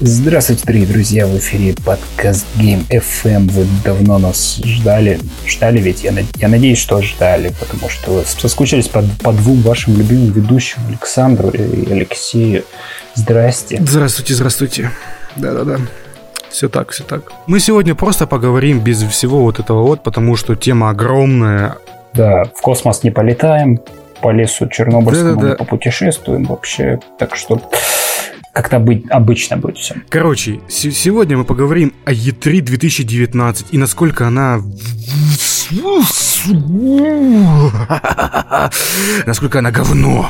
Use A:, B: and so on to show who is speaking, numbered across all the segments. A: Здравствуйте, дорогие друзья, в эфире подкаст Game FM. Вы давно нас ждали. Ждали ведь? Я, над- я надеюсь, что ждали, потому что вы соскучились по, по двум вашим любимым ведущим, Александру и Алексею. Здрасте.
B: Здравствуйте, здравствуйте. Да-да-да. Все так, все так. Мы сегодня просто поговорим без всего вот этого вот, потому что тема огромная.
A: Да, в космос не полетаем, по лесу Чернобыльскому
B: Да-да-да.
A: не попутешествуем вообще. Так что как-то обы- обычно будет все.
B: Короче, се- сегодня мы поговорим о E3 2019 и насколько она... Насколько она говно.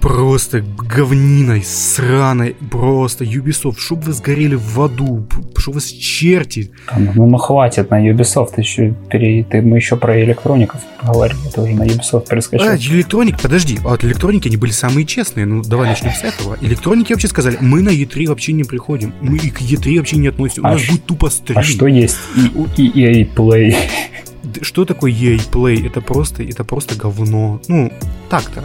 B: Просто говниной, сраной, просто Ubisoft, чтоб вы сгорели в аду, чтоб вас черти
A: Ну, ну, хватит на Ubisoft. Еще пере- ты, мы еще про электроников поговорим. Это уже на Ubisoft перескочил.
B: А, электроник, подожди, а от электроники они были самые честные. Ну, давай начнем с этого. Электроники вообще сказали, мы на E3 вообще не приходим. Мы и к E3 вообще не относимся. У
A: А
B: нас
A: ш-
B: будет тупо стрим.
A: А что есть и, и, EA Play?
B: Д- что такое EA Play? Это просто, это просто говно. Ну, так-то.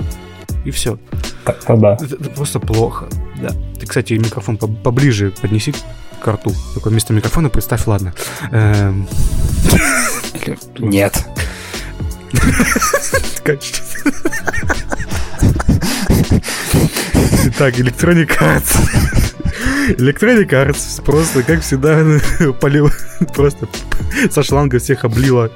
B: И все.
A: Так-то да.
B: Это, это просто плохо. Да. Ты, кстати, микрофон поб- поближе поднеси к рту. Такое вместо микрофона представь, ладно. Эм,
C: Нет.
B: Итак, Electronic Arts. Electronic Arts просто, как всегда, полила, просто со шланга всех облила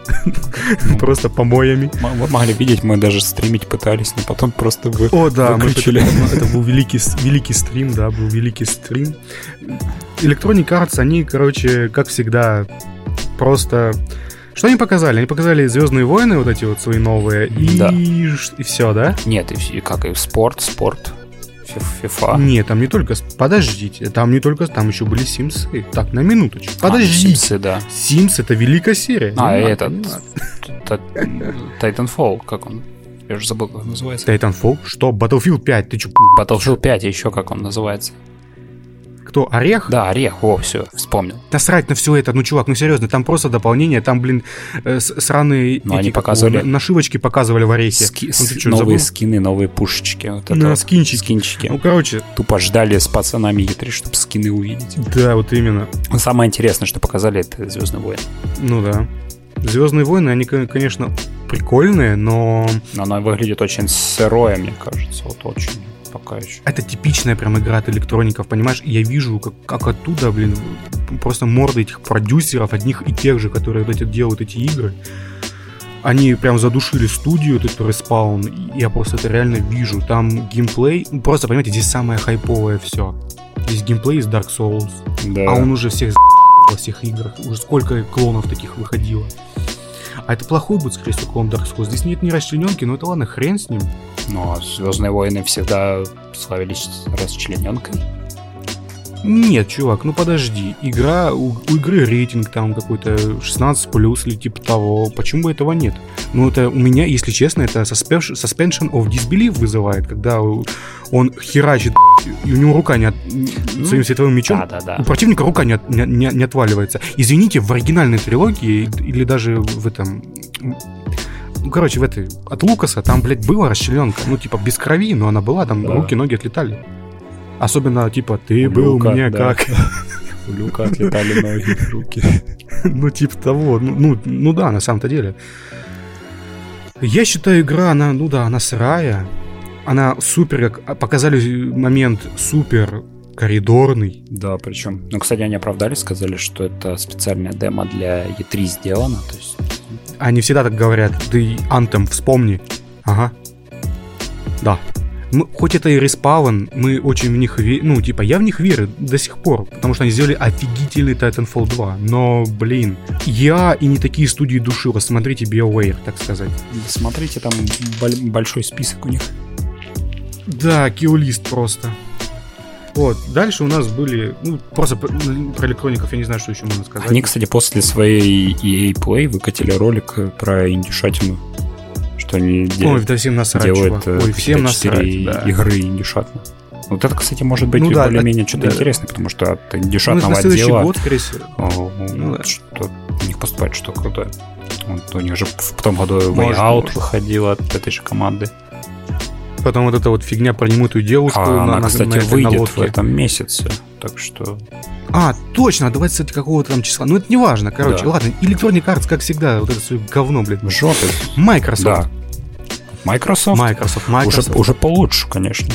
B: просто помоями.
C: М- Вы могли видеть, мы даже стримить пытались, но потом просто вы...
B: О, да, мы
C: Выключили.
B: это, это был великий, с- великий стрим, да, был великий стрим. Electronic Arts, они, короче, как всегда, просто... Что они показали? Они показали Звездные войны, вот эти вот свои новые, и,
C: Да.
B: ш- и все, да?
C: Нет, и вс- и как, и спорт, спорт, фи- фифа.
B: Нет, там не только... с- Подождите, там не только... Там еще были Симсы. Так, на минуточку.
C: А,
B: Подождите.
C: Симсы, да.
B: Симс это великая серия.
C: А,
B: Не надо,
C: этот.
B: не надо.
C: Та- Titanfall, как он? Я уже забыл, как он называется.
B: Titanfall? Что? Battlefield 5? Ты че,
C: Battlefield 5, еще как он называется.
B: кто, орех?
C: Да, Орех, о, все, вспомнил.
B: Насрать на все это, ну, чувак, ну, серьезно, там просто дополнение, там, блин, э, с- сраные...
C: Ну, они
B: эти, как
C: показывали-
B: его, на- нашивочки показывали в орехе.
C: Ски-
B: Ну,
C: с-
B: ты чё,
C: новые
B: забыл?
C: скины, новые пушечки. Вот это
B: На
C: вот.
B: скинчики. Ну,
C: скинчики.
B: короче,
C: Тупо ждали с пацанами E3, чтобы скины увидеть.
B: да, вот именно.
C: Но Самое интересное, что показали, это Звездный войн.
B: Ну, да. Звездные войны, они, кон- конечно, прикольные, но
C: Но она выглядит очень сырое, мне кажется. Вот очень пока еще.
B: это типичная прям игра от электроников, понимаешь? И я вижу, как, как оттуда, блин, просто морды этих продюсеров, одних и тех же, которые вот эти, делают эти игры. Они прям задушили студию, этот респаун. и Я просто это реально вижу. Там геймплей... ну, Просто, понимаете, здесь самое хайповое все. Здесь геймплей из Dark Souls.
C: Да.
B: А он уже всех во всех играх. Уже сколько клонов таких выходило. А это плохой будет, скорее всего, клон Dark Souls. Здесь нет ни расчлененки, но это ладно, хрен с ним.
C: Но Звездные войны всегда славились расчлененкой.
B: Нет, чувак, ну подожди. Игра, у, у игры рейтинг там какой-то 16 плюс или типа того. Почему бы этого нет? Ну это у меня, если честно, это suspension, suspension of disbelief вызывает, когда у- он херачит и у него рука не от- своим световым мечом.
C: Да, да, да.
B: У противника рука не, от- не- не- не отваливается. Извините, в оригинальной трилогии или даже в этом... Ну, короче, в этой... От Лукаса там, блядь, была расчленка. Ну, типа, без крови, но она была, там
C: Да.
B: руки, ноги отлетали. Особенно, типа, ты
C: У
B: был
C: Люка,
B: мне
C: да.
B: как...
C: У Люка отлетали ноги, руки.
B: ну, типа того. Ну, ну, ну да, на самом-то деле. Я считаю, игра, она, ну да, она сырая. Она супер, как а, показали момент супер коридорный.
C: Да, причем. Ну, кстати, они оправдались, сказали, что это специальная демо для E3 сделана. То есть,
B: Они всегда так говорят. Ты Антем, вспомни. Ага. Да. Мы, хоть это и респаун, мы очень в них верим. Ну, типа, я в них верю до сих пор, потому что они сделали офигительный Titanfall 2. Но, блин, я и не такие студии душила. Смотрите BioWare, так сказать.
C: смотрите, там боль- большой список у них.
B: Да, киулист просто. Вот, дальше у нас были, ну, просто п- м, про электроников я не знаю, что еще можно сказать.
C: Они, кстати, после своей EA Play выкатили ролик про индюшатину. Что они
B: Ой,
C: делают.
B: да всем насрать,
C: делает
B: чувак. Ой, всем насрать,
C: четыре
B: да.
C: игры индюшатно. Вот это, кстати, может быть
B: Ну да,
C: более-менее
B: да,
C: что-то
B: да.
C: интересное, потому что от
B: Ну, это
C: индюшатного
B: на следующий
C: отдела
B: год, скорее всего.
C: о,
B: Ну да.
C: что у них поступает что крутое. Вот у них же в том году Way
B: Может,
C: Out
B: может.
C: выходила от этой же команды.
B: Потом вот эта вот фигня про немытую девушку
C: А
B: на,
C: она,
B: на-
C: кстати,
B: на этой- на
C: выйдет в
B: лодке.
C: этом месяце. так что...
B: А, точно, 20 какого-то там числа. Ну, это не важно, короче.
C: Да.
B: Ладно, Electronic Arts, как всегда, вот это свое говно, блядь.
C: Жопы.
B: Microsoft.
C: Да. Microsoft?
B: Microsoft, Microsoft.
C: Уже, уже получше, конечно.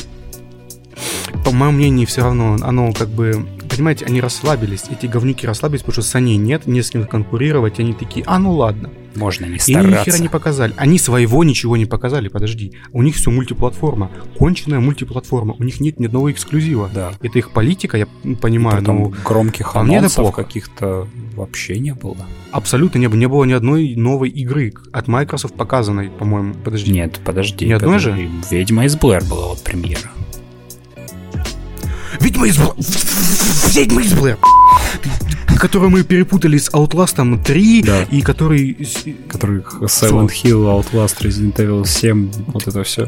B: По моему мнению, все равно оно как бы... Понимаете, они расслабились, эти говнюки расслабились, потому что саней нет, не с кем конкурировать, и они такие, а ну ладно.
C: Можно не
B: И они ни хера
C: стараться.
B: не показали. Они своего ничего не показали, подожди. У них все мультиплатформа, конченная мультиплатформа, у них нет ни одного эксклюзива.
C: Да.
B: Это их политика, я м,
C: И
B: понимаю,
C: потом
B: но
C: громких
B: по ну, а мне это
C: анонсов
B: плохо.
C: каких-то вообще не было.
B: абсолютно не, не было ни одной новой игры от Microsoft показанной, по-моему. Подожди.
C: Нет, подожди.
B: Ни одной
C: подожди. Ведьма из Блэр была вот премьера.
B: Ведьма из Блэр! Ведьма из Блэр! Которую мы перепутали с Outlast 3,
C: Да.
B: и который... с-
C: Которых Silent Hill, Outlast, Resident Evil 7, вот это все.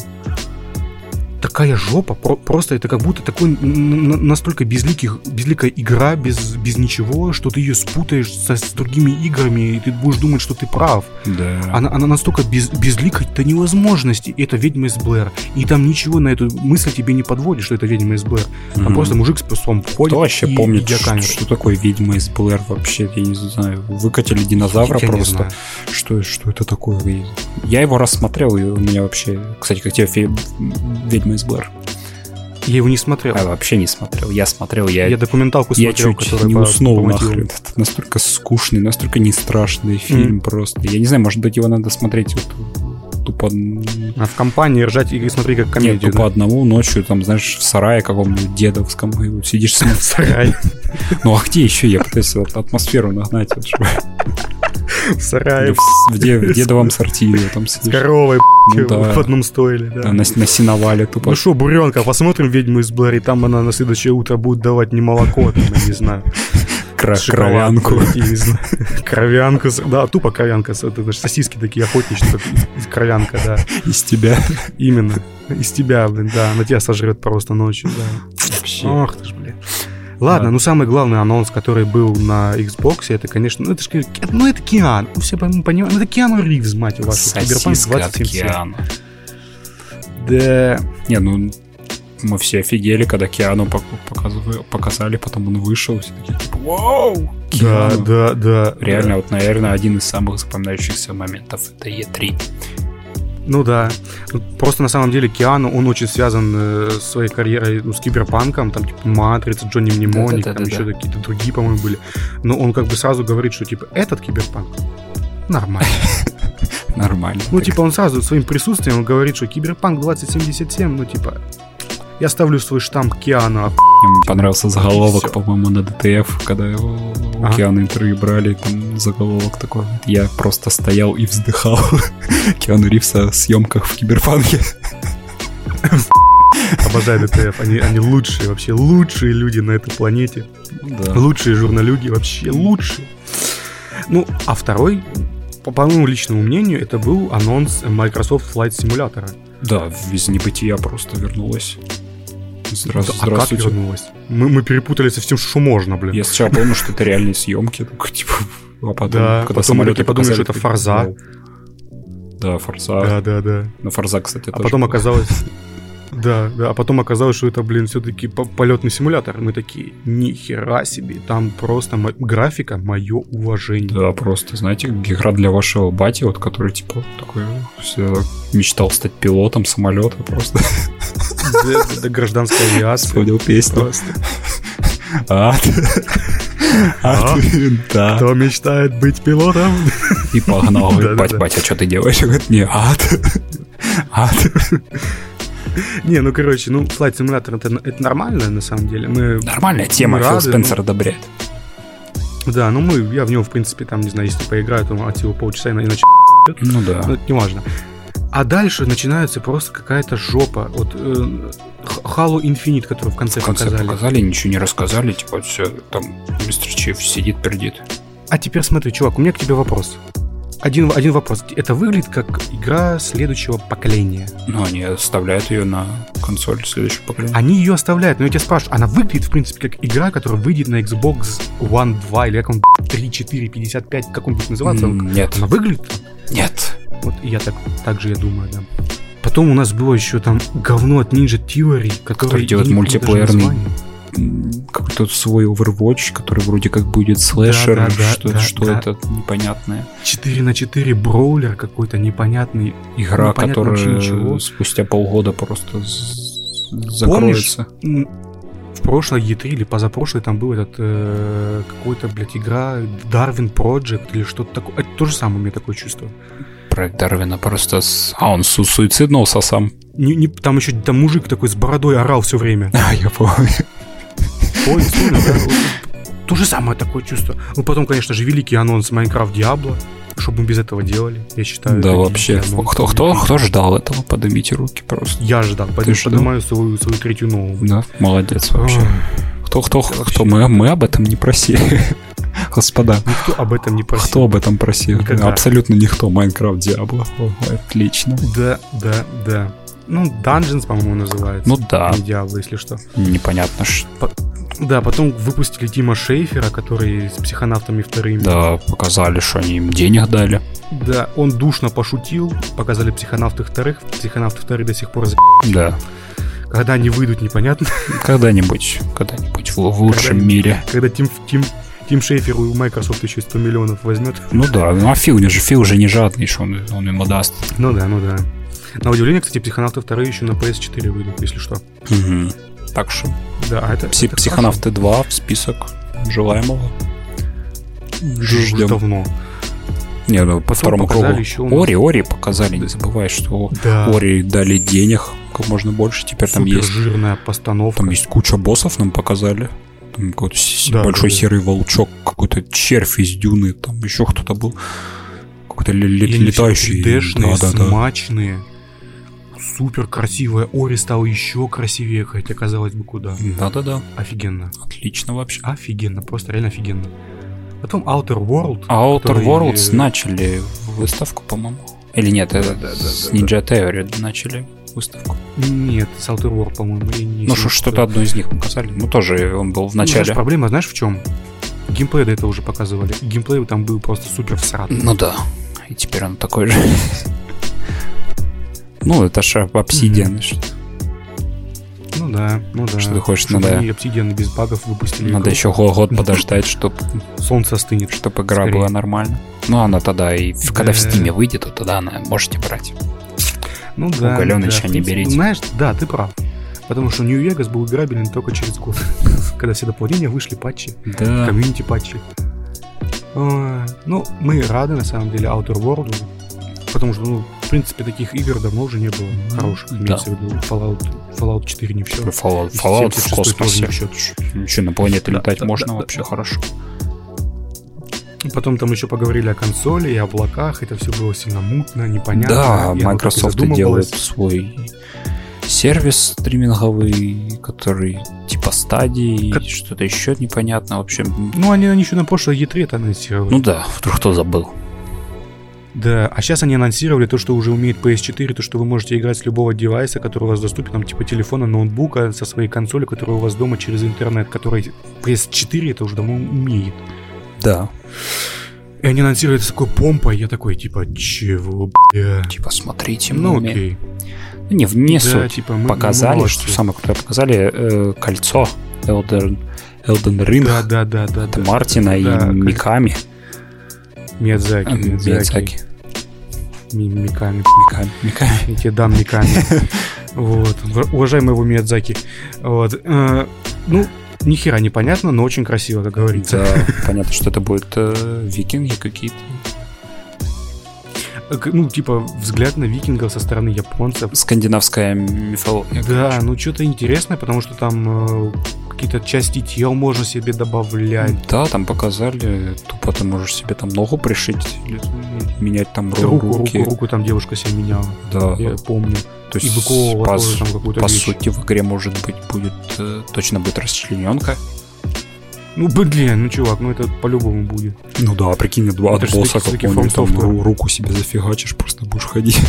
B: Такая жопа, про- просто это как будто такой н- н- настолько безликих, безликая игра, без, без ничего, что ты ее спутаешь со, с другими играми, и ты будешь думать, что ты прав.
C: Да.
B: Она, она настолько без, безлика до невозможности. И это ведьма из Блэр. И там ничего на эту мысль тебе не подводит, что это ведьма из Блэр. Там
C: Мгм.
B: А просто мужик с песом входит
C: Кто вообще
B: и-
C: помнит,
B: и я
C: что,
B: камеру.
C: что такое ведьма из Блэр вообще? Я не знаю. Выкатили
B: Я
C: динозавра
B: не
C: просто.
B: знаю.
C: Что, что это такое? И Я его рассмотрел, и у меня вообще... Кстати, как тебе фе- ведьма из Блэр?
B: Я его не смотрел.
C: Я вообще не смотрел. Я смотрел, А, я...
B: Я документалку
C: я
B: смотрел,
C: чуть
B: которая
C: не
B: по-
C: уснул
B: по мотивам.
C: нахрен. Это настолько скучный, настолько не страшный фильм просто. Я не знаю, может быть, его надо смотреть вот тупо... Нет,
B: А в компании ржать и смотри, как комедию.
C: тупо одному ночью, там, знаешь, в сарае каком-нибудь дедовском, и вот сидишь,
B: да.
C: смотришь.
B: Сарай.
C: Ну а где еще? Я пытаюсь вот атмосферу нагнать. вот, чтобы-
B: В
C: Или
B: сарае.
C: в, с- в де- в дедовом сортире там
B: А С
C: сидишь.
B: коровой
C: Ну да.
B: в одном стойле.
C: Да,
B: да.
C: на, на сеновале
B: Ну
C: тупо.
B: что, Буренка, посмотрим «Ведьму из Блэр», и там она на следующее утро будет давать не молоко, там, я не знаю,
C: кра-
B: шоколад,
C: кровянку.
B: я не знаю. Кровянку, с- да, тупо кровянка, с- это же сосиски такие охотничьи, как из- кровянка, да,
C: из тебя.
B: именно, из тебя, блин, да, она тебя сожрет просто ночью, да.
C: Вообще.
B: Ох ты ж, блин. Ладно,
C: Да.
B: ну самый главный анонс, который был на Xbox, это, конечно, ну это ж, ки- ну это Киан, ну все пон- понимают, ну это Киану Ривз, мать вашу, Киберпанк
C: Сосиска от
B: 2077.
C: Киана.
B: Да,
C: Не, ну мы все офигели, когда Киану пок- показывали- показали, потом он вышел, все такие типа «Вау!»
B: да,
C: Киану.
B: да, да.
C: Реально, вот, наверное, один из самых запоминающихся моментов это Е3.
B: Ну да. Ну, Просто на самом деле Киану, он очень связан э, со своей карьерой ну, с киберпанком, там типа Матрица, Джонни Мнемоник, там
C: Да-да-да-да-да.
B: еще какие-то другие, по-моему, были. Но он как бы сразу говорит, что типа этот киберпанк нормально.
C: Нормально.
B: Ну
C: Так,
B: типа он сразу своим присутствием он говорит, что киберпанк 2077, ну типа я ставлю свой штамп Киану. а, оху-
C: Мне понравился
B: всё.
C: заголовок, по-моему, на ДТФ, когда его у
B: Ага.
C: Киана интервью брали, там заголовок такой. Я просто стоял и вздыхал. Киану Ривз о съемках в Киберпанке.
B: Обожаю ДТФ, они, они лучшие, вообще лучшие люди на этой планете.
C: Да.
B: Лучшие журналюги, вообще лучшие. Ну, а второй, по, по моему личному мнению, это был анонс Microsoft Flight Simulator.
C: Да, из небытия просто вернулась. Здра-
B: Да, а как
C: здравствуйте.
B: вернулась? Мы, мы перепутали со всем, что можно, блин.
C: Я сначала понял, что это реальные съемки, такой, типа, а потом,
B: Да,
C: когда
B: потом
C: самолеты
B: мы такие подумали,
C: показали,
B: что это
C: такой,
B: «Форза».
C: «Вау». Да, форза.
B: Да, да, да.
C: Но форза, кстати,
B: А
C: тоже
B: потом
C: была.
B: оказалось... Да, да, а потом оказалось, что это, блин, все-таки полетный симулятор. Мы такие, нихера себе, там просто мо- графика, мое уважение.
C: Да, просто, знаете, игра для вашего бати, вот который, типа, такой всегда мечтал стать пилотом самолета, просто
B: Да, да, гражданская авиация.
C: вспомнил песню.
B: Просто.
C: Ад.
B: А?
C: Ад винта.
B: Кто мечтает быть пилотом?
C: И погнал.
B: Да-да-да.
C: Бать, бать, а что ты делаешь? Он Говорит, не, ад. Ад.
B: Не, ну короче, ну Flight Simulator это, это нормально на самом деле. Мы,
C: Нормальная тема,
B: Мы
C: Фил
B: рады, ну.
C: Спенсер одобряет.
B: да, ну мы, я в него в принципе там не знаю, если поиграю, то от силы полчаса и иначе.
C: Ну да.
B: Ну, это не важно. А дальше начинается просто какая-то жопа. Вот э, Х- Halo Infinite, который в конце,
C: В конце
B: показали.
C: показали, ничего не рассказали, типа все, там мистер Чиф сидит, пердит.
B: А теперь смотри, чувак, у меня к тебе вопрос. Один, один вопрос. Это выглядит как игра следующего поколения.
C: Но Ну, они оставляют ее на консоль следующего поколения.
B: Они ее оставляют, но я тебя спрашиваю, она выглядит, в принципе, как игра, которая выйдет на Xbox One 2 или как он, 3, 4, 55, как он будет называться?
C: М, Нет,
B: Она выглядит так?
C: нет.
B: Вот и я так, так же я думаю, да. Потом у нас было еще там говно от Ninja Theory, который...
C: делает
B: я не помню даже
C: мультиплеерный
B: название.
C: М, Какой-то тут свой Overwatch, который вроде как будет слэшер,
B: да, да,
C: что,
B: да,
C: что
B: да.
C: это непонятное.
B: 4 на 4 броулер какой-то непонятный.
C: Игра,
B: Непонятно вообще
C: которая
B: ничего.
C: спустя полгода просто з- закроется.
B: М, В прошлой E3 или позапрошлой там был этот э, какой-то, блядь, игра Darwin Project или что-то такое. Это то же самое, у меня такое чувство.
C: Проект Дарвина просто... с- А, он су- суициднулся сам.
B: Не- не- там еще там мужик такой с бородой орал все время.
C: А, я помню.
B: Ой, сильно, да? Вот, То же самое такое чувство. Ну, потом, конечно же, великий анонс Майнкрафт Диабло. Что бы мы без этого делали, я считаю.
C: Да
B: это
C: вообще,
B: великий анонс.
C: кто, кто, кто ждал этого? Поднимите руки просто.
B: Я ждал, поэтому
C: ждал?
B: поднимаю свою, свою третью новую.
C: Да, молодец вообще.
B: Ой,
C: Кто, кто,
B: Вообще.
C: кто? Мы, мы об этом не просили. Господа,
B: Никто об этом не просил.
C: кто об этом просил?
B: Никогда.
C: Абсолютно никто. Майнкрафт Диабло. О, Отлично.
B: Да, да, да. Ну, Dungeons, по-моему, называется.
C: Ну да,
B: Не Диабло, если что.
C: непонятно что.
B: Да, потом выпустили Тима Шейфера, который с психонавтами вторыми.
C: Да, показали, что они им денег дали.
B: Да, он душно пошутил, показали психонавты вторых. Психонавты вторые до сих пор за...
C: Да,
B: Когда они выйдут, непонятно.
C: когда-нибудь, когда-нибудь в, в лучшем
B: Когда-нибудь.
C: мире.
B: Когда Тим, Тим, Тим Шейфер у Microsoft еще 100 миллионов возьмет.
C: Ну да, ну а Фил, не же, Фил же не жадный, что он, он ему даст.
B: Ну да, ну да. На удивление, кстати, психонавты вторые еще на PS4 выйдут, если что.
C: Мгм. Так что
B: Да, а это...
C: пси-
B: это
C: Психонавты 2 в список желаемого.
B: хорошо. Уже
C: ждем.
B: давно.
C: Не, ну по
B: Потом
C: второму
B: показали
C: кругу.
B: еще у нас-
C: Ори, Ори показали, не забывай, что
B: Да.
C: Ори дали денег как можно больше. Теперь там
B: А. Супер
C: есть,
B: жирная постановка.
C: там есть куча боссов, нам показали. Там какой-то с-
B: Да,
C: большой
B: да, да.
C: серый волчок, какой-то червь из дюны, там еще кто-то был. Какой-то ле- ле-
B: И они все
C: летающий.
B: 3D-шные,
C: Да-да-да.
B: смачные. Супер красивая. Ори стала еще красивее, хотя казалось бы куда.
C: Да-да-да,
B: Офигенно.
C: отлично вообще.
B: Офигенно, просто реально офигенно. Потом Outer World.
C: А Outer
B: который-
C: Worlds начали выставку, по-моему. Или нет, это с Ninja Theory начали выставку.
B: Нет, с Outer World, по-моему, или не
C: Ну,
B: с
C: что-
B: ним
C: что-то одно из них показали. Ну, тоже он был в
B: Ну, знаешь,
C: начале.
B: проблема, знаешь, в чем? Геймплей до этого уже показывали. И Геймплей там был просто супер всратый.
C: Ну да. И теперь он такой же. Ну, это же обсидиан.
B: Ну да, ну да.
C: Что ты хочешь,
B: Чтобы
C: надо-
B: они Obsidian без багов выпустили.
C: Надо
B: игру.
C: еще го- год подождать, чтобы
B: Солнце остынет.
C: чтоб игра
B: Скорее.
C: была нормально. Ну, она тогда и в- когда в
B: Да.
C: Стиме выйдет, то тогда она можете брать.
B: Ну да.
C: Уголёныч,
B: да, в
C: а не
B: принципе.
C: берите.
B: Знаешь, да, ты прав. Потому что Нью-Вегас был играбелен только через год. Когда все дополнения вышли, патчи,
C: Да.
B: комьюнити патчи. А, Ну, мы рады, на самом деле, Outer World. Потому что, ну, в принципе, таких игр давно уже не было хороших.
C: Ну, да.
B: Имеется в виду Fallout, Fallout 4 не все.
C: Fallout,
B: И
C: Fallout
B: 76
C: в космосе.
B: тоже не в
C: Че, на планете
B: Да,
C: летать
B: да,
C: можно
B: да, да,
C: вообще
B: да.
C: хорошо.
B: Потом там еще поговорили о консоли и облаках, это все было сильно мутно, непонятно. И
C: Да,
B: оно так и
C: Microsoft и делает
B: задумывалось.
C: свой сервис стриминговый, который типа стадии,
B: Кот-
C: что-то еще непонятно вообще.
B: Ну, они, они еще на прошлой E3 это анонсировали.
C: Ну да, вдруг кто забыл.
B: Да, а сейчас они анонсировали то, что уже умеет PS4, то, что вы можете играть с любого девайса, который у вас доступен, там, типа телефона, ноутбука, со своей консоли, которая у вас дома через интернет, который PS4 это уже давно умеет.
C: Да.
B: И они анонсировали это с такой помпой, я такой, типа, чего, бля?
C: Типа, смотрите,
B: Ну,
C: мы умеем.
B: окей.
C: Ну, Не, вне
B: да,
C: суть.
B: типа, мы- мы
C: Показали,
B: молодцы.
C: что самое крутое, показали э, кольцо Elden, Elden Ring.
B: Да, да, да, да,
C: Это
B: да.
C: Мартина и
B: Да, коль-
C: Миками.
B: Миядзаки,
C: Э,
B: Миядзаки.
C: Миядзаки.
B: Ми- Миками.
C: Миками. Миками.
B: Я тебе дам Миками. Вот. В- Уважаемый его Миядзаки. Вот. Э, Ну, ни хера непонятно, но очень красиво, как говорится.
C: Да, понятно, что это будут э, викинги какие-то.
B: К- Ну, типа, взгляд на викингов со стороны японцев.
C: Скандинавская мифология.
B: Да, ну что-то интересное, потому что там э, какие-то части тел можно себе добавлять.
C: Да, там показали, тупо ты можешь себе там ногу пришить, или менять там ру-
B: Руку,
C: руки.
B: руку, руку там девушка себе меняла.
C: Да,
B: Я помню.
C: то
B: И
C: есть
B: выковывала
C: по,
B: тоже
C: су-
B: там какую-то
C: по
B: вещь.
C: сути в игре может быть будет э, точно будет расчлененка.
B: Ну, блин, ну, чувак, ну это по-любому будет.
C: Ну да, прикинь, два
B: Это ж таки- таки From Software.
C: руку себе зафигачишь, просто будешь ходить.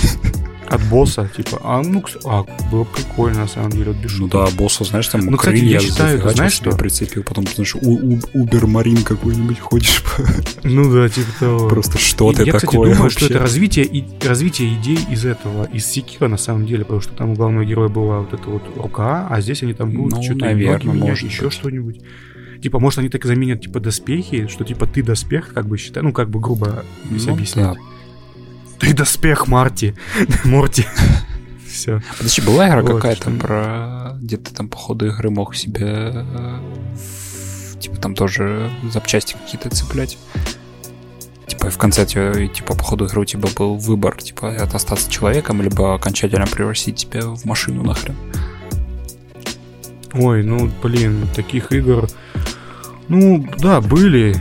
B: А от босса, типа, а ну, кс- а, было прикольно, на самом деле, вот без
C: Ну
B: шуток.
C: да, босса, знаешь, там
B: Ну, кстати,
C: крылья
B: я считаю,
C: зафигачил
B: знаешь
C: себе
B: что?
C: прицепил, потом, знаешь, у- у- убермарин какой-нибудь ходишь,
B: Ну да, типа того.
C: просто что
B: И
C: ты
B: я,
C: такое
B: кстати, думаю,
C: вообще?
B: что это развитие, и, развитие идей из этого, из Секира на самом деле, потому что там у главного героя была вот эта вот рука, а здесь они там будут
C: Ну,
B: что-то
C: наверное, может
B: еще
C: быть.
B: что-нибудь. Типа, может, они так и заменят, типа, доспехи, что, типа, ты доспех, как бы, считай, ну, как бы, грубо если
C: Ну
B: объяснять. Ты доспех, Марти! Морти! Все.
C: Подожди, была игра
B: Вот,
C: какая-то
B: что-
C: про... Где ты там по ходу игры мог себе... э, в- Типа там тоже запчасти какие-то цеплять. Типа и в конце, тебе- и, типа по ходу игры у тебя был выбор, типа от остаться человеком, либо окончательно превратить тебя в машину нахрен.
B: Ой, ну, блин, таких игр... Ну, да, были.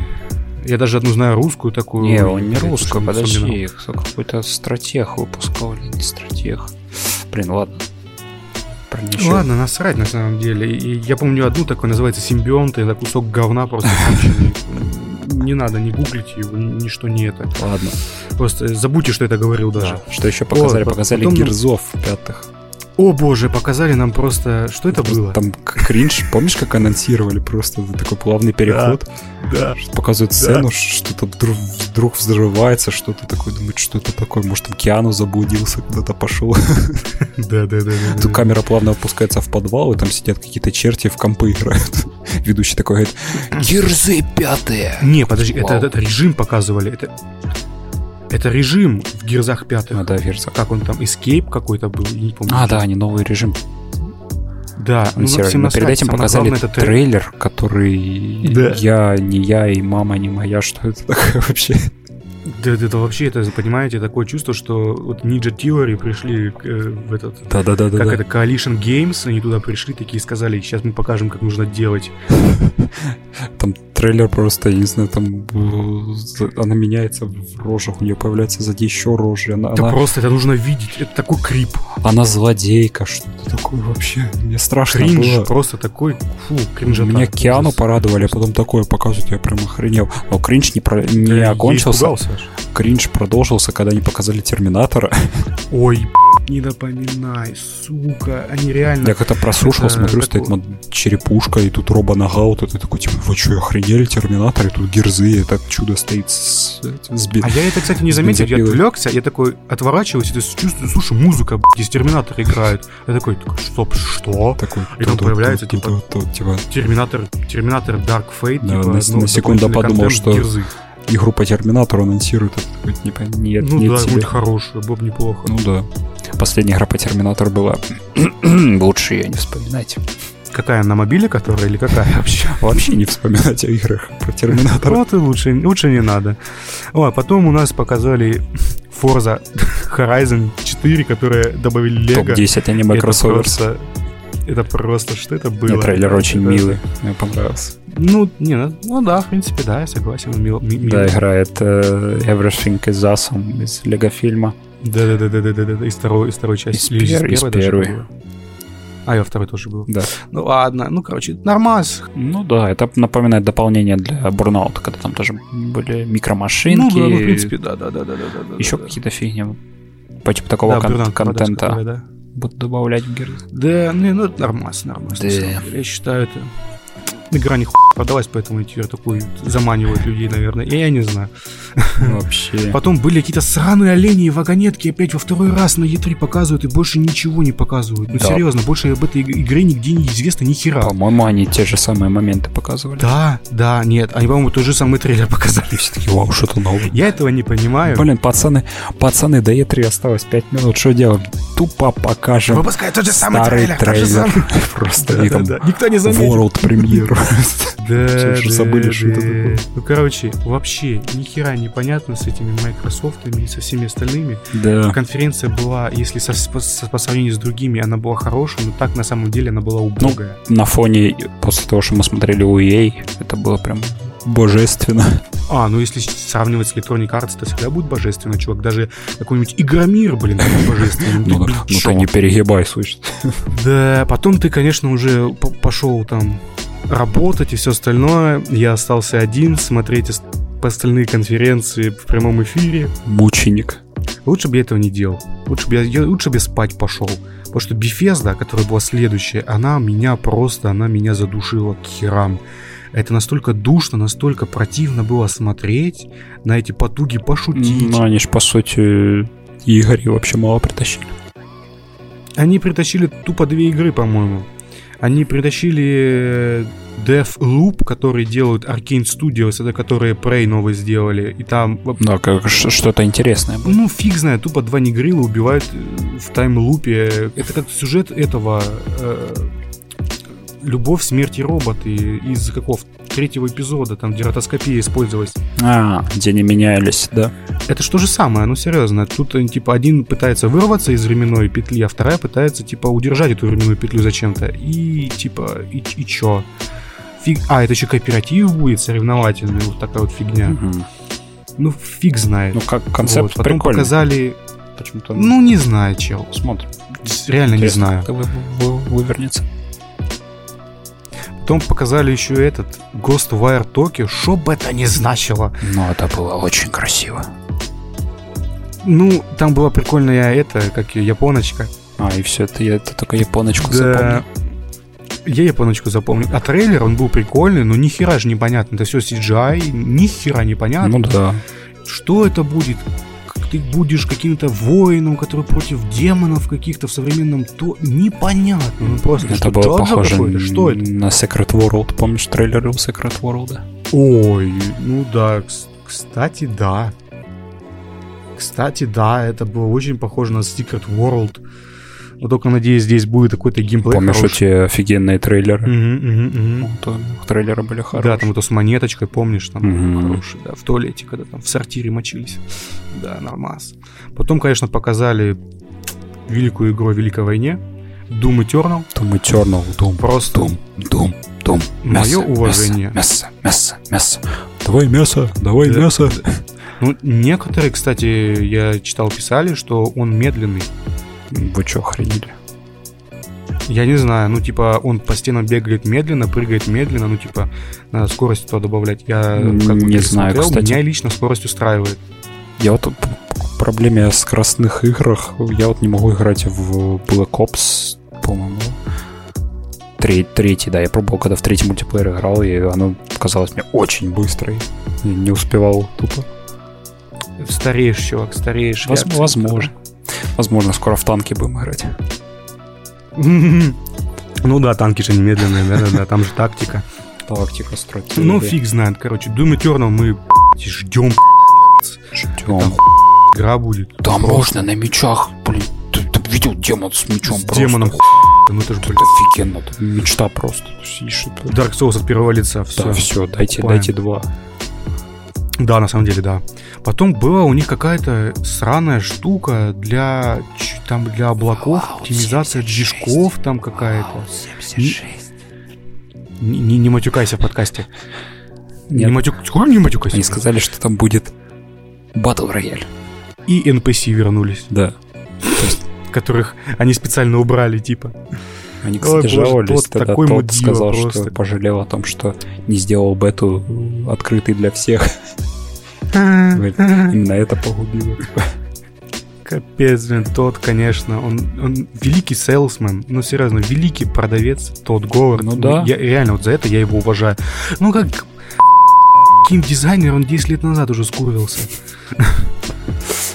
B: Я даже одну знаю русскую такую.
C: Не, он не
B: Блядь,
C: русская,
B: что-то вспоминал.
C: подожди, их какой-то стратег выпускал или не стратег. Блин, ладно. Про ничего.
B: Ладно, насрать на самом деле. И я помню одну такую, называется симбионты, это кусок говна просто конченый. Не надо, не гуглить его, ни- ничто не это.
C: Ладно.
B: Просто забудьте, что это говорил даже.
C: Да. Что еще показали?
B: по-
C: показали
B: потом-
C: герзов пятых.
B: О боже, показали нам просто... Что это было?
C: Там к- кринж, помнишь, как анонсировали просто вот такой плавный переход?
B: Да.
C: Что Показывают сцену, что-то вдруг, вдруг взрывается, что-то такое, думает, что это такое, может, там Киану заблудился, куда-то пошел.
B: Да, да, да. да,
C: Тут
B: да.
C: камера плавно опускается в подвал, и там сидят какие-то черти в компы играют. Ведущий такой говорит, герзы пятые.
B: Не, подожди, это,
C: Вау.
B: это режим показывали. Это, это режим в Герзах пятых.
C: А, да, верза.
B: Как он там, эскейп какой-то был, я не помню.
C: А, да, они новый режим.
B: Да, ну,
C: анонсировали.
B: всем
C: Но перед
B: насрать.
C: этим
B: Самое
C: показали
B: главное, это трек.
C: трейлер, который
B: Да.
C: я, не я, и мама, не моя, что это такое вообще?
B: Да, это, это вообще, это, понимаете, такое чувство, что вот Ninja Theory пришли к, э, в этот...
C: Да-да-да.
B: как это, Coalition Games, они туда пришли такие и сказали, сейчас мы покажем, как нужно делать.
C: Там трейлер просто, я не знаю, там э, за- она меняется в рожах, у нее появляется сзади еще рожи, она,
B: Это
C: она,
B: просто, это нужно видеть, это такой крип,
C: она злодейка, что это такое вообще? Мне страшно
B: кринж,
C: А было.
B: просто такой, фу, кринжата.
C: Меня Киану
B: Ужас.
C: порадовали, а потом такое показывают, я прям охренел. Но кринж не, про- не
B: Я
C: окончился,
B: испугался аж.
C: кринж продолжился, когда они показали Терминатора.
B: Ой, б***ь, не напоминай, сука, они реально...
C: Я как-то прослушал,
B: Это
C: смотрю,
B: как
C: стоит
B: у-
C: мод- черепушка, и тут Роба Нагаут, и ты такой, типа, вы что, охренели, Терминатор, и тут Герзы, и это чудо стоит с, с би-
B: А я это, кстати, не заметил, я
C: Бензопилы.
B: отвлекся, я такой отворачиваюсь, и ты чувствую, слушай, музыка, б***ь, из Терминатора играет. Я такой, так, стоп, что?
C: такой.
B: И там
C: ту-ту-ту-ту-ту-ту,
B: появляется, типа,
C: типа,
B: Терминатор, Терминатор Dark Fate.
C: Да,
B: типа,
C: на-
B: ну,
C: на секунду
B: дополнительный
C: подумал,
B: контент
C: что
B: Герзы.
C: игру по Терминатору анонсируют, это такой, типа, нет,
B: Ну
C: нет
B: да,
C: тебе.
B: будет хороший, было бы неплохо.
C: Ну да. Последняя игра по Терминатору была лучше ее не вспоминать.
B: Какая на мобиле, которая или какая вообще?
C: Вообще не вспоминать о играх про Терминатора.
B: Вот и лучше, лучше не надо. О, а потом у нас показали Forza Horizon 4, которые добавили Лего.
C: Топ-10 аниме
B: Это
C: кроссоверс.
B: просто- Это просто что это было?
C: Мне трейлер очень
B: Это-
C: милый, мне понравился.
B: Ну, не, ну ну да, в принципе, да, я согласен. мил- ми-
C: Да,
B: милый.
C: играет э, Everything is Awesome из Лего фильма.
B: Да, да, да, да, да, да, да, из второй, из второй части.
C: Из
B: Или
C: пер- из
B: даже
C: первой.
B: было. А, я во второй тоже был.
C: Да.
B: Ну ладно, ну короче, нормас.
C: Ну да, это напоминает дополнение для Бурнаута, когда там тоже были
B: Ну
C: микромашинки,
B: да, ну в принципе, да, да, да, да, да, да.
C: еще
B: да,
C: какие-то фигни по типу такого
B: да,
C: кон-
B: Burnout,
C: контента
B: да, да.
C: будут добавлять в Gears.
B: Да, не, ну это нормас, нормас. на
C: Да.
B: самом деле. Я считаю, это игра не хуй продалась, поэтому ее такой заманивают людей, наверное. Я, я не знаю.
C: Вообще.
B: Потом были какие-то сраные олени и вагонетки опять во второй раз на Е3 показывают и больше ничего не показывают. Ну
C: Да.
B: серьезно, больше об этой иг- игре нигде не известно ни хера.
C: По-моему, они те же самые моменты показывали.
B: Да, да, нет. Они, по-моему, тот же самый трейлер показали.
C: все таки вау, что-то новое.
B: Я этого не понимаю.
C: Блин, пацаны, пацаны, до Е3 осталось 5 минут, что делаем? Тупо покажем
B: Выпускают тот же самый
C: старый
B: трейлер. тот же
C: трейлер.
B: самый.
C: Просто
B: Да,
C: они там
B: да, да. Никто не заметил.
C: World премьеру.
B: Да,
C: Всё же
B: да,
C: забыли, что это
B: да.
C: такое.
B: Ну, короче, вообще ни хера непонятно с этими Майкрософтами и со всеми остальными.
C: Да.
B: Конференция была, если со- по, со- по сравнению с другими, она была хорошая, но так на самом деле она
C: Ну,
B: была убогая.
C: На фоне, после того, что мы смотрели у EA, это было прям божественно.
B: А, ну если с- сравнивать с Electronic Arts, то всегда будет божественно, чувак. Даже какой-нибудь Игромир, блин, будет божественный.
C: Ну,
B: Блин,
C: ну
B: чё?
C: ты не перегибай, слышишь.
B: Да, потом ты, конечно, уже п- пошел там работать и все остальное. Я остался один смотреть ост- остальные конференции в прямом эфире.
C: Мученик.
B: Лучше бы я этого не делал. Лучше бы я, я- лучше бы я спать пошел. Потому что Бефезда, которая была следующая, она меня просто, она меня задушила к херам. Это настолько душно, настолько противно было смотреть на эти потуги пошутить.
C: Ну, они ж, по сути, Игорь вообще мало притащили.
B: Они притащили тупо две игры, по-моему. Они притащили Death Loop, который делают Arkane Studios, это которые Prey новые сделали. И там во-
C: Да, как ш- что-то интересное было.
B: Ну, фиг знает, тупо два негрила убивают э, в тайм-лупе. Это как сюжет этого... э, Любовь, смерть и роботы из какого третьего эпизода, там, где ротоскопия использовалась.
C: А, где не менялись, да.
B: Это что же самое, ну серьезно. Тут, э, типа, один пытается вырваться из временной петли, а вторая пытается, типа, удержать эту временную петлю зачем-то. И, типа, и, и чё? Фиг... А, это еще кооператив будет соревновательный, вот такая вот фигня.
C: Мгм.
B: Ну, фиг знает.
C: Ну, как концепт
B: Вот, Потом
C: прикольный.
B: показали...
C: Почему-то
B: Ну, не знаю, чел.
C: смотрим.
B: Реально не знаю.
C: Как вы- вы- вывернется.
B: Потом показали еще этот Ghostwire Tokyo, что бы это ни значило.
C: Ну, это было очень красиво.
B: Ну, там была прикольная это, как ее, японочка.
C: А, и все, это я это только японочку запомнил.
B: Я японочку запомнил. А трейлер, он был прикольный, но нихера же непонятно. Это все CGI, нихера непонятно.
C: Ну да.
B: Что это будет? Как Ты будешь каким-то воином, который против демонов каких-то в современном то... Непонятно. Ну просто
C: Это
B: что,
C: было
B: Джоджо
C: похоже
B: какой-то? Что это?
C: на Secret World. Помнишь трейлеры у Secret World?
B: Ой, ну да, кс- кстати, да. Кстати, да, это было очень похоже на Secret World. Но только, надеюсь, здесь будет какой-то геймплей
C: Помнишь,
B: хороший.
C: эти офигенные трейлеры?
B: Мгм, мгм, мгм.
C: Вот, э, трейлеры были хорошие.
B: Да, там это с монеточкой, помнишь, там
C: Мгм.
B: хороший, да, в туалете, когда там в сортире мочились. Да, нормас. Потом, конечно, показали великую игру о Великой войне. Doom Eternal.
C: Doom Eternal, Doom,
B: Просто
C: Doom, Doom, Doom.
B: Моё уважение.
C: Мясо, мясо, мясо. Давай мясо, давай
B: Да.
C: мясо.
B: Ну, некоторые, кстати, я читал, писали, что он медленный.
C: Вы чё, охренели?
B: Я не знаю, ну типа он по стенам бегает медленно, прыгает медленно, ну типа надо скорость туда добавлять. Я
C: М,
B: как бы
C: не знаю,
B: пересмотрел,
C: кстати.
B: Меня лично скорость устраивает.
C: Я вот к проблеме с красных играх, я вот не могу играть в Black Ops, по-моему. Тре- третий, да, я пробовал, когда в третий мультиплеер играл, и оно казалось мне очень быстрой. И не успевал тупо.
B: Стареешь, чувак, стареешь.
C: Воз-
B: реакция.
C: возможно. Возможно, скоро в танки будем играть.
B: Ну да, танки же не медленные, да, да, да, там же тактика.
C: Тактика, стратегия.
B: Ну фиг знает, короче, Doom Eternal мы ждем,
C: Ждём.
B: Это игра будет.
C: Там можно на мечах, блин. Ты, ты видел демон с мечом
B: С демоном
C: просто?
B: ну это же, блин,
C: Это офигенно. это Мечта просто. Ты сидишь и-
B: Dark Souls от первого лица,
C: Да,
B: все.
C: все, дайте,
B: покупаем.
C: дайте два.
B: Да, на самом деле, да. Потом была у них какая-то сраная штука для ч- там для облаков, оптимизация движков там какая-то. Не, не- не матюкайся в подкасте. Не
C: Нет.
B: матюк... Скоро не матюкайся.
C: Они сказали, что там будет батл рояль.
B: И NPC вернулись,
C: Да.
B: которых они специально убрали, типа.
C: Они, кстати,
B: боже,
C: жаловались.
B: тот
C: Тогда
B: такой
C: тот
B: мудила
C: сказал,
B: просто.
C: что пожалел о том, что не сделал бету м, открытой для всех. Говорит, Именно это погубило.
B: Капец, блин, тот, конечно, он, он великий сейлсмен, ну серьезно, великий продавец, тот Говард.
C: Ну да.
B: Я, реально, вот за это я его уважаю. Ну как дизайнер, он 10 лет назад уже скурвился.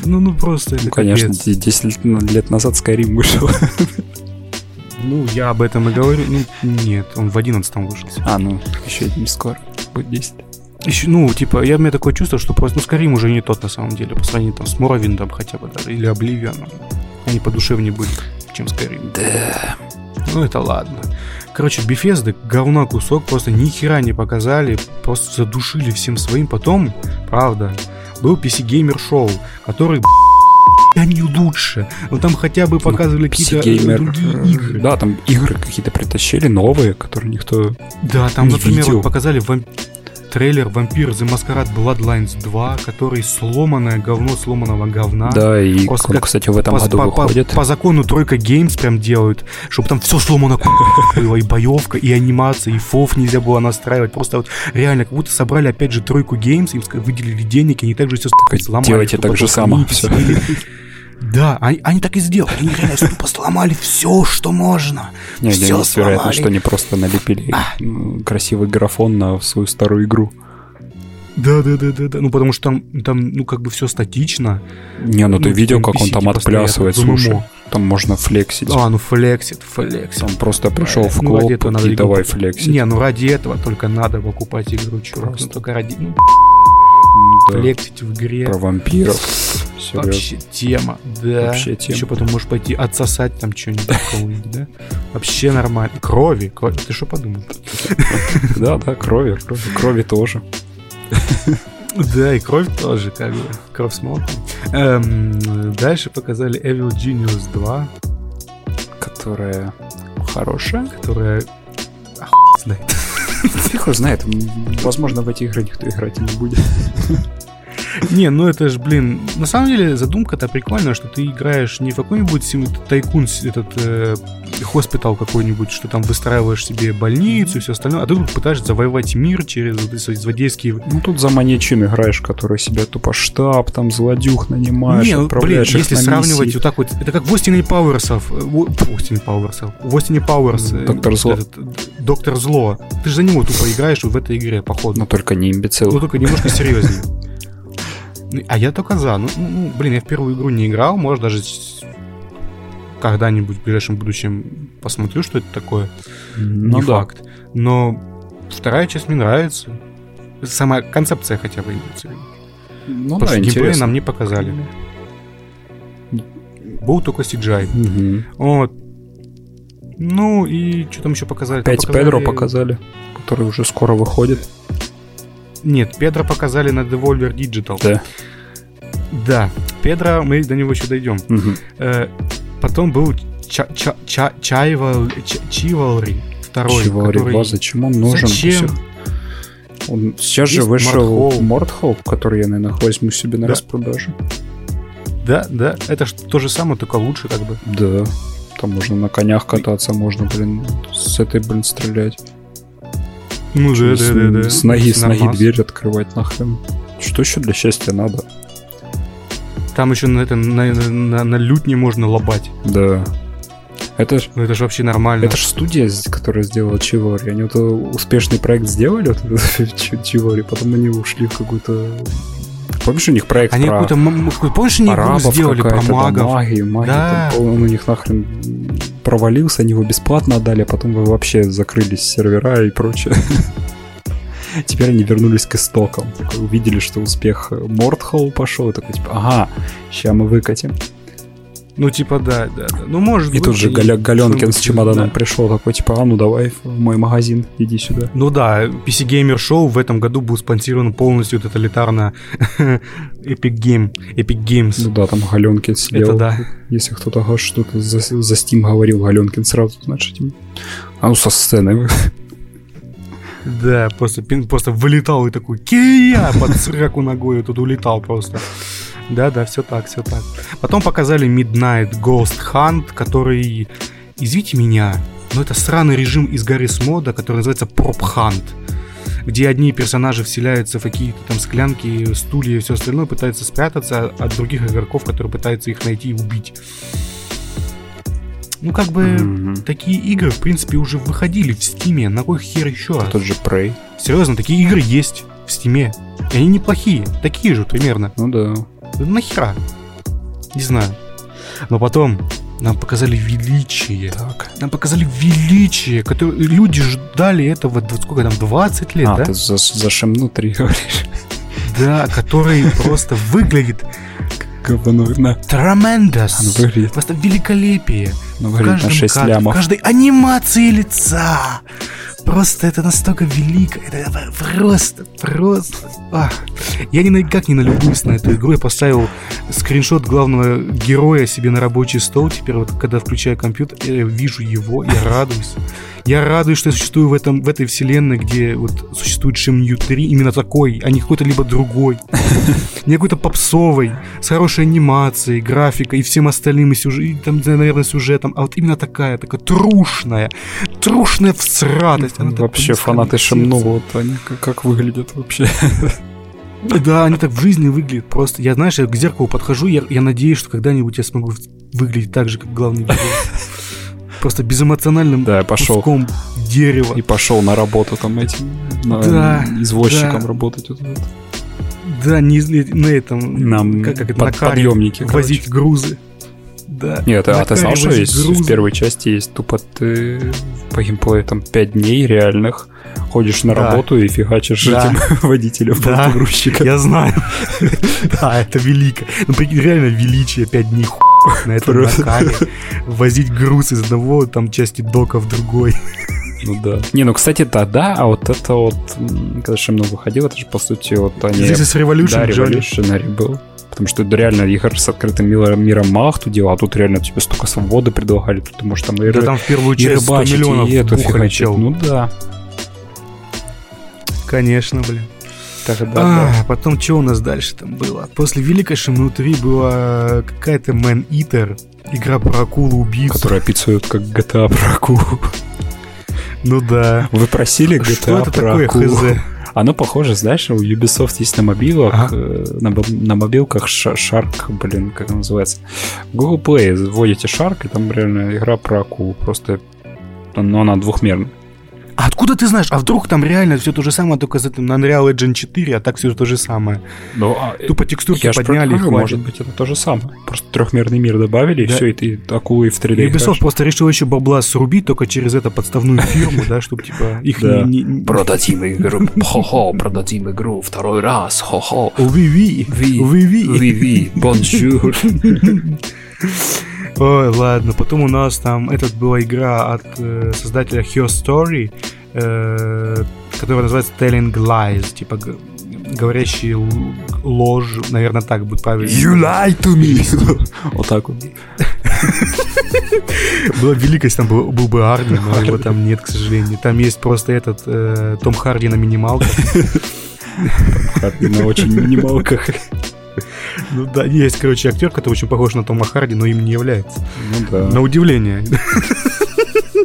B: Ну, ну просто это
C: Ну, конечно,
B: капец.
C: 10 лет- лет назад Skyrim вышел.
B: Ну, я об этом и говорю. Ну, нет, он в 11 вышел.
C: А, ну, еще не скоро. Будет 10.
B: Ещё, ну, типа, я, у меня такое чувство, что просто, ну, Скарим уже не тот на самом деле, по сравнению там с Моровиндом хотя бы даже, или Обливианом. Они подушевнее были, чем Скарим.
C: Да.
B: Ну, это ладно. Короче, Бефезды говна кусок, просто ни хера не показали, просто задушили всем своим. Потом, правда, был PC Gamer Show, который, б***ь, они лучше. Но там хотя бы показывали какие-то э, другие игры.
C: PC-геймер. Да, там игры какие-то притащили, новые, которые никто...
B: Да, там,
C: Не
B: например,
C: видел.
B: вот показали вамп- трейлер «Вампир The Masquerade Bloodlines 2», который сломанное говно сломанного говна.
C: Да, и
B: А? Просто
C: он,
B: как
C: кстати, в этом
B: По,
C: году
B: по- по-
C: выходит.
B: по закону тройка геймс прям делают, чтобы там все сломано ку- было, и боевка, и анимация, и фов нельзя было настраивать. Просто вот реально, как будто собрали опять же тройку геймс, им ска- выделили денег, и они также все
C: делайте так же само, всё.
B: Да, они, они так и сделали. Они реально тупо сломали все, что можно.
C: Не,
B: Всё
C: я есть вероятно,
B: сломали. А.
C: что они просто налепили м, красивый графон на свою старую игру.
B: Да, да, да, да, да. Ну, потому что там, там ну, как бы все статично.
C: Не, ну ты
B: в
C: видел,
B: NPC
C: как он там
B: типа стоят,
C: отплясывает,
B: в ММО.
C: слушай. Там можно флексить.
B: А, ну флексит, флексит.
C: Там просто пришел в
B: Ну, ради
C: клуб
B: этого надо
C: и
B: игру
C: давай
B: покупать.
C: флексить.
B: Не, ну ради этого только надо покупать игру, чувак.
C: Просто.
B: Ну, только ради... Ну,
C: М, да.
B: флексить в игре.
C: Про вампиров. Серьезно.
B: Вообще тема, да.
C: Вообще тема.
B: Еще потом можешь пойти отсосать там что-нибудь кого-нибудь, да? Вообще нормально. Крови, крови. Ты что подумал?
C: Да, да, крови, крови, крови тоже.
B: Да, и кровь тоже, как бы. Кровь с молоком. Эм, дальше показали Evil Genius 2,
C: Которая хорошая.
B: которая... а хуй знает.
C: Тихо знает, м, возможно, в эти игры никто играть и не будет.
B: Не, ну это же, блин, на самом деле задумка-то прикольная, что ты играешь не в какой-нибудь сим- тайкун, с- этот э, хоспитал какой-нибудь, что там выстраиваешь себе больницу и все остальное, а ты тут пытаешься завоевать мир через вот эти свои злодейские
C: Ну тут за маньячин играешь, который себя тупо штаб, там злодюх нанимаешь,
B: Не, ну, блин,
C: отправляешь их
B: если
C: на
B: сравнивать
C: миссии.
B: вот так вот, это как в Остине Пауэрсов, э, во- в Остине Пауэрсов, в Остине Пауэрс, э,
C: Доктор Зло.
B: этот, э, Доктор Зло, ты же за него тупо играешь в этой игре, походу,
C: Ну только не имбецил.
B: ну только немножко серьезнее. Ну, А я только за, ну, ну, ну, блин, я в первую игру не играл, может даже с- когда-нибудь в ближайшем будущем посмотрю, что это такое,
C: ну
B: не факт, но вторая часть мне нравится, сама концепция хотя бы имеется в виду.
C: Ну
B: Потому
C: да,
B: что геймплей
C: интересно.
B: нам не показали. Был только CGI.
C: Мгм.
B: Вот. Ну и что там еще показали? Там
C: Опять Педро
B: показали-
C: показали, который уже скоро выходит.
B: Нет, Педро показали на Devolver Digital.
C: Да.
B: Да. Педро, мы до него еще дойдем. Э, потом был Ча- Ча- Ча- Чайвал- Ча- Чивалри. Второй.
C: Чего
B: который-
C: Рива, зачем он нужен? Всё.
B: Зачем?
C: Он сейчас же
B: Есть
C: вышел
B: Мортхоуп.
C: Мортхоуп, который я, наверное, возьму себе на
B: Да.
C: распродажу.
B: Да, да. Это ж то же самое, только лучше как бы.
C: Да. Там можно на конях кататься, можно, блин, с этой, блин, стрелять.
B: Ну да,
C: с,
B: да, да, да.
C: с ноги, с ноги
B: Нормас.
C: дверь открывать нахрен. Что еще для счастья надо?
B: Там еще на, это, на, на- на- на лютне можно лобать.
C: Да. Это ж,
B: Ну это же вообще нормально.
C: это ж студия, с- которая сделала Чивори. Они вот э, успешный проект сделали, вот этот Чи- Чивори, потом они ушли в какую-то... Помнишь, у них проект
B: Они
C: про,
B: какую-то... м- м- какую- Помнишь, они
C: про
B: игру
C: рабов
B: сделали про
C: какая-то, да,
B: магов?
C: магии, магии,
B: Да.
C: там, пол- он у них нахрен провалился, они его бесплатно отдали, а потом вы вообще закрылись сервера и прочее. Теперь они вернулись к истокам. Такой, увидели, что успех Мортхолл пошел, и такой типа, ага, сейчас мы выкатим.
B: Ну, типа, да, да, да. Ну, может
C: И
B: быть,
C: тут же
B: они
C: Галя- Галенкин с
B: что-нибудь,
C: чемоданом
B: да.
C: пришел, такой типа, а ну давай в мой магазин, иди сюда.
B: Ну да, PC Gamer Show в этом году был спонсирован полностью тоталитарно Epic Game, Epic
C: Ну
B: Games.
C: да, там Галенкин сидел.
B: Это да.
C: Если кто-то га- что-то за, за Steam говорил, Галенкин сразу, значит, им, а ну со сцены.
B: Да, просто, пин- просто вылетал и такой кия под сраку ногой, и тут улетал просто. Да, да, все так, все так. Потом показали Midnight Ghost Hunt, который, извините меня, но это сраный режим из Гаррис Мода, который называется Prop Hunt, где одни персонажи вселяются в какие-то там склянки, стулья и все остальное, пытаются спрятаться от других игроков, которые пытаются их найти и убить. Ну, как бы,
C: Мгм.
B: такие игры, в принципе, уже выходили в Стиме. На кой хер еще раз?
C: Тот же Prey.
B: Серьезно, такие игры есть в стиме. И они неплохие. Такие же примерно.
C: Ну да.
B: Нахера? Не знаю. Но потом нам показали величие.
C: Так.
B: Нам показали величие, которое люди ждали этого, д- сколько там, 20 лет,
C: а,
B: да?
C: ты за, за Шем внутри говоришь.
B: Да, который просто выглядит
C: Говно. На. Оно
B: tremendous.
C: выглядит,
B: Просто великолепие.
C: оно
B: В
C: выглядит на
B: каждом
C: 6
B: кадре, в
C: лямов.
B: каждой анимации лица. Просто это настолько велико, это просто, просто. ах. Я ни на- как не налюбуюсь на эту игру. Я поставил скриншот главного героя себе на рабочий стол. Теперь вот, когда включаю компьютер, я вижу его, я радуюсь. Я радуюсь, что я существую в, этом, в этой вселенной, где вот существует Шимью 3 именно такой, а не какой-то либо другой. Не какой-то попсовый, с хорошей анимацией, графикой и всем остальным, и, сюже- и там, наверное, сюжетом. А вот именно такая, такая трушная, трушная всратость. Она так
C: Вообще
B: близко
C: фанаты
B: мне к сердцу.
C: Шемну, вот они к- как выглядят вообще.
B: Да, они так в жизни выглядят просто. Я, знаешь, я к зеркалу подхожу, я, я надеюсь, что когда-нибудь я смогу выглядеть так же, как главный герой. Просто безэмоциональным
C: Да, я пошел.
B: куском дерева.
C: И пошел на работу там этим. на-
B: Да,
C: Извозчиком
B: да.
C: работать. вот это.
B: Да, не изли- на этом...
C: Нам
B: как, как это, на
C: под-
B: каре
C: подъемники. короче.
B: возить грузы. Да.
C: Нет,
B: на
C: а ты знал,
B: каре
C: что
B: возить
C: есть
B: грузы.
C: в первой части есть тупо ты по геймплею там 5 дней реальных ходишь на
B: Да.
C: работу и фигачишь
B: Да.
C: этим водителем
B: Да.
C: погрузчика.
B: Я знаю. Да, это велико. Ну, прикинь, реально величие 5 дней ху... на этом
C: Просто.
B: накале. Возить груз из одного там части дока в другой.
C: Ну да. Не, ну кстати, да, да, а вот это вот, м, когда Шемну выходил, это же по сути вот они...
B: Здесь из
C: да,
B: Revolution, Джонни.
C: революционарий был. Потому что это реально игр с открытым мило- миром мах тут дело, а тут реально тебе столько свободы предлагали, тут ты можешь там и, ры-
B: Да там в первую
C: и
B: часть 100
C: рыбачить,
B: миллионов
C: и эту
B: бухали,
C: фигачить.
B: чел.
C: Ну да.
B: Конечно, блин.
C: Так, да, да.
B: А, потом что у нас дальше там было? После Великой Шимну 3 была какая-то Man Eater, игра про акулу убийцу.
C: Которая пиццует как GTA про акулу.
B: Ну да.
C: Вы просили GTA
B: А Что
C: про
B: это такое,
C: акулу?
B: хз?
C: Оно похоже, знаешь, у Ubisoft есть на мобилах,
B: Ага.
C: э, на, бо- на мобилках ша- Shark, блин, как он называется. В Google Play вводите Shark, и там реально игра про акулу, просто но она двухмерная.
B: А откуда ты знаешь? А вдруг там реально все то же самое, только с этим на Unreal Engine 4, а так все то же самое.
C: Ну, а,
B: э, Тупо текстурки подняли, и хватит.
C: может быть, это то же самое. Просто трехмерный мир добавили, и
B: Да.
C: все, и ты акулы в 3D
B: Ubisoft просто решил еще бабла срубить только через это подставную фирму, да, чтобы типа их
C: Да.
B: не... не- не-
C: Продадим игру, хо-хо, продадим игру второй раз, хо-хо.
B: Ви-ви.
C: Ви,
B: Ви-ви.
C: бонжур.
B: Ой, ладно. Потом у нас там этот была игра от э, создателя Her Story, э, которая называется Telling Lies, типа г- говорящие л- ложь, наверное, так будет правильно.
C: lie to me. Вот так вот.
B: Была великость, там был, был бы Арни, но его там нет, к сожалению. Там есть просто этот э, Том Харди на минималках.
C: На очень минималках.
B: Ну да, есть, короче, актер, который очень похож на Тома Харди, но им не является.
C: Ну да.
B: На удивление.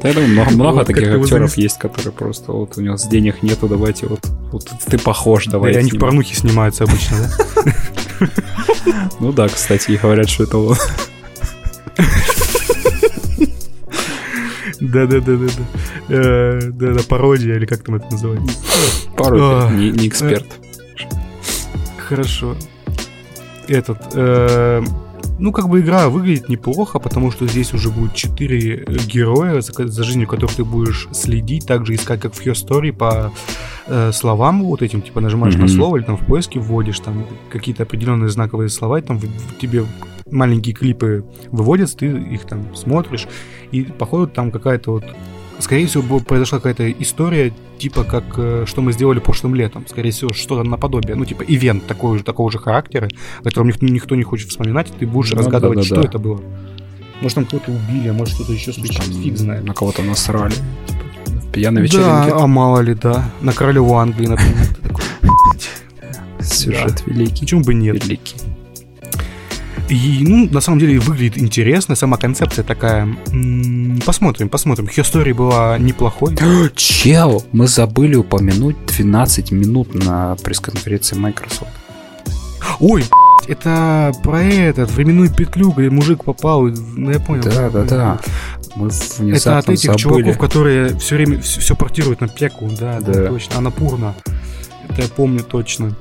C: Да, Я думаю, много, много
B: Вот,
C: таких
B: как-то вот
C: актеров
B: завис-
C: есть, которые просто вот у него с денег нету, давайте вот, вот ты похож,
B: И
C: давай.
B: они в
C: снимем.
B: порнухе снимаются обычно, да?
C: Ну да, кстати, и говорят, что это он.
B: Да, да, да, да, да. Э, Да, да, пародия, или как там это называется.
C: пародия,
B: Ах.
C: не, не эксперт.
B: Хорошо. Этот. э, Ну, как бы игра выглядит неплохо, потому что здесь уже будет 4 героя, за, ко- за жизнью которых ты будешь следить, также искать, как в Her Story, по э, словам вот этим, типа нажимаешь на
C: Мгм.
B: слово или там в поиске вводишь там какие-то определенные знаковые слова, и там в- в тебе маленькие клипы выводятся, ты их там смотришь, и походу там какая-то вот Скорее всего, бу- произошла какая-то история, типа как э, что мы сделали прошлым летом. Скорее всего, что-то наподобие. Ну, типа ивент такого же, такого же характера, о котором никто, никто не хочет вспоминать, и ты будешь
C: Ну,
B: разгадывать,
C: да-да-да.
B: что это было. Может, там кого-то убили, а может, что-то еще случилось. Фиг знает.
C: ну, На кого-то насрали. Типа, в пьяной
B: Да,
C: вечеринке.
B: а мало ли, да. На королеву Англии, например. Ты такой, «Блядь,
C: Сюжет великий.
B: Почему бы а, нет?
C: Великий.
B: И, ну, на самом деле, выглядит интересно. Сама концепция такая. М, Посмотрим, посмотрим. Хестори была неплохой.
C: Чел, мы забыли упомянуть 12 минут на пресс-конференции Microsoft.
B: Ой, б***ь, это про этот временную петлю, где мужик попал, и- ну я понял.
C: Да, да, да. Мы
B: э, Это от
C: внезапно
B: этих
C: забыли.
B: чуваков, которые все время все, портируют на пеку, да, да,
C: Да.
B: точно, Анапурна. Это я помню точно.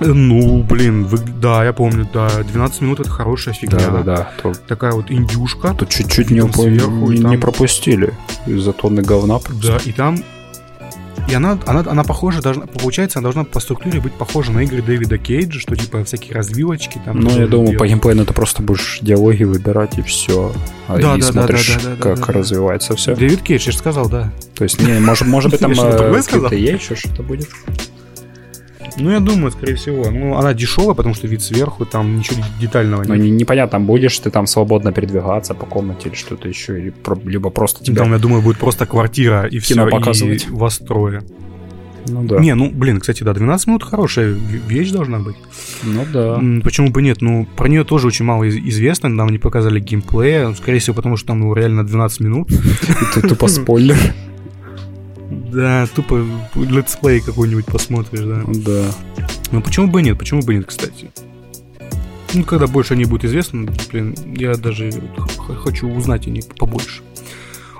B: Э, Ну, блин, выгля- да, я помню, да, 12 минут это хорошая фигня.
C: Да, да, да. То-
B: Такая вот индюшка.
C: Тут чуть-чуть не,
B: Видом
C: упо-
B: сверху, и
C: не- не
B: там-
C: пропустили. Из-за тонны говна.
B: Да, и там... И она, она, она похожа, должна, получается, она должна по структуре быть похожа на игры Дэвида Кейджа, что типа всякие развилочки там.
C: Ну, я
B: тоже
C: думаю,
B: делают.
C: по геймплейну ты просто будешь диалоги выбирать и все.
B: Да,
C: и
B: да, да,
C: смотришь,
B: да, да, да, да,
C: как
B: да, да.
C: развивается все.
B: Дэвид Кейдж, я же сказал, да.
C: То есть, не, может, может быть, там
B: Я что-то другое
C: э,
B: сказал?
C: какие-то есть еще что-то будет.
B: Ну, я думаю, скорее всего. Ну, она дешевая, потому что вид сверху, там ничего детального
C: Но
B: нет.
C: Ну, не- непонятно, будешь ты там свободно передвигаться по комнате или что-то еще, или про- либо просто тебя...
B: Там, я думаю, будет просто квартира и все,
C: Кино показывать.
B: и вас трое.
C: Ну да.
B: Не, ну, блин, кстати, да, 12 минут хорошая в- вещь должна быть.
C: Ну да.
B: М, Почему бы нет? Ну, про нее тоже очень мало из- известно, нам не показали геймплея, скорее всего, потому что там ну, реально 12 минут.
C: И ты тупо спойлер.
B: Да, тупо летсплей какой-нибудь посмотришь, да.
C: Да.
B: Ну почему бы и нет, почему бы и нет, кстати. Ну, когда больше они будет известно, блин, я даже х- хочу узнать о них побольше.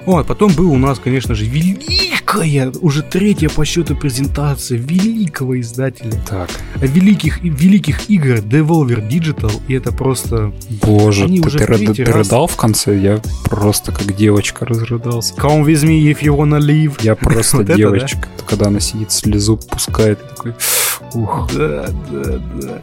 B: О, а потом был у нас, конечно же, великая, уже третья по счету презентация великого издателя.
C: Так,
B: Великих, и- великих игр Devolver Digital, и это просто
C: боже,
B: Они
C: ты,
B: уже
C: ты
B: в
C: ры-
B: третий
C: ты
B: раз.
C: рыдал в конце? Я просто как девочка разрыдался.
B: Come with me if you wanna live.
C: Я просто
B: Вот это да.
C: девочка, когда она сидит, слезу пускает, и такой, ух,
B: Да, да, да.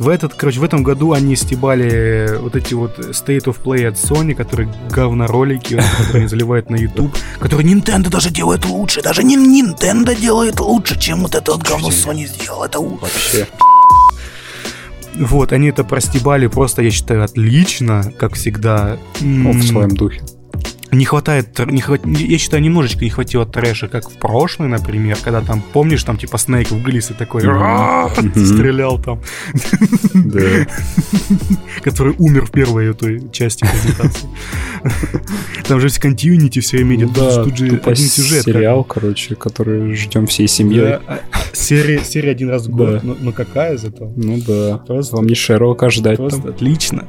B: В этот, короче, в этом году они стебали вот эти вот State of Play от Sony, которые говноролики, вот, которые они заливают на YouTube, которые Nintendo даже делает лучше, даже не Nintendo делает лучше, чем вот это вот говно Sony сделал, это у-
C: вообще.
B: Вот, они это простебали просто, я считаю, отлично, как всегда.
C: Ну,
B: М,
C: в своем духе.
B: Не хватает, тр- не хват- я считаю, немножечко не хватило трэша, как в прошлый, например, когда там, помнишь, там типа Снейк в Глисе такой
C: Мгм.
B: «Ра!»
C: Мгм.
B: стрелял там.
C: Да.
B: который умер в первой этой части презентации. Там же в континенте все время идет, тут же- тут же
C: Ну тупо
B: один сюжет. как
C: Сериал, короче, который ждем всей
B: бы.
C: семьей.
B: Да, а- а Серия, серия один раз в год,
C: Да.
B: но, но какая зато?
C: Ну да.
B: Просто,
C: Вам не Шерлока а ждать
B: просто
C: там.
B: отлично.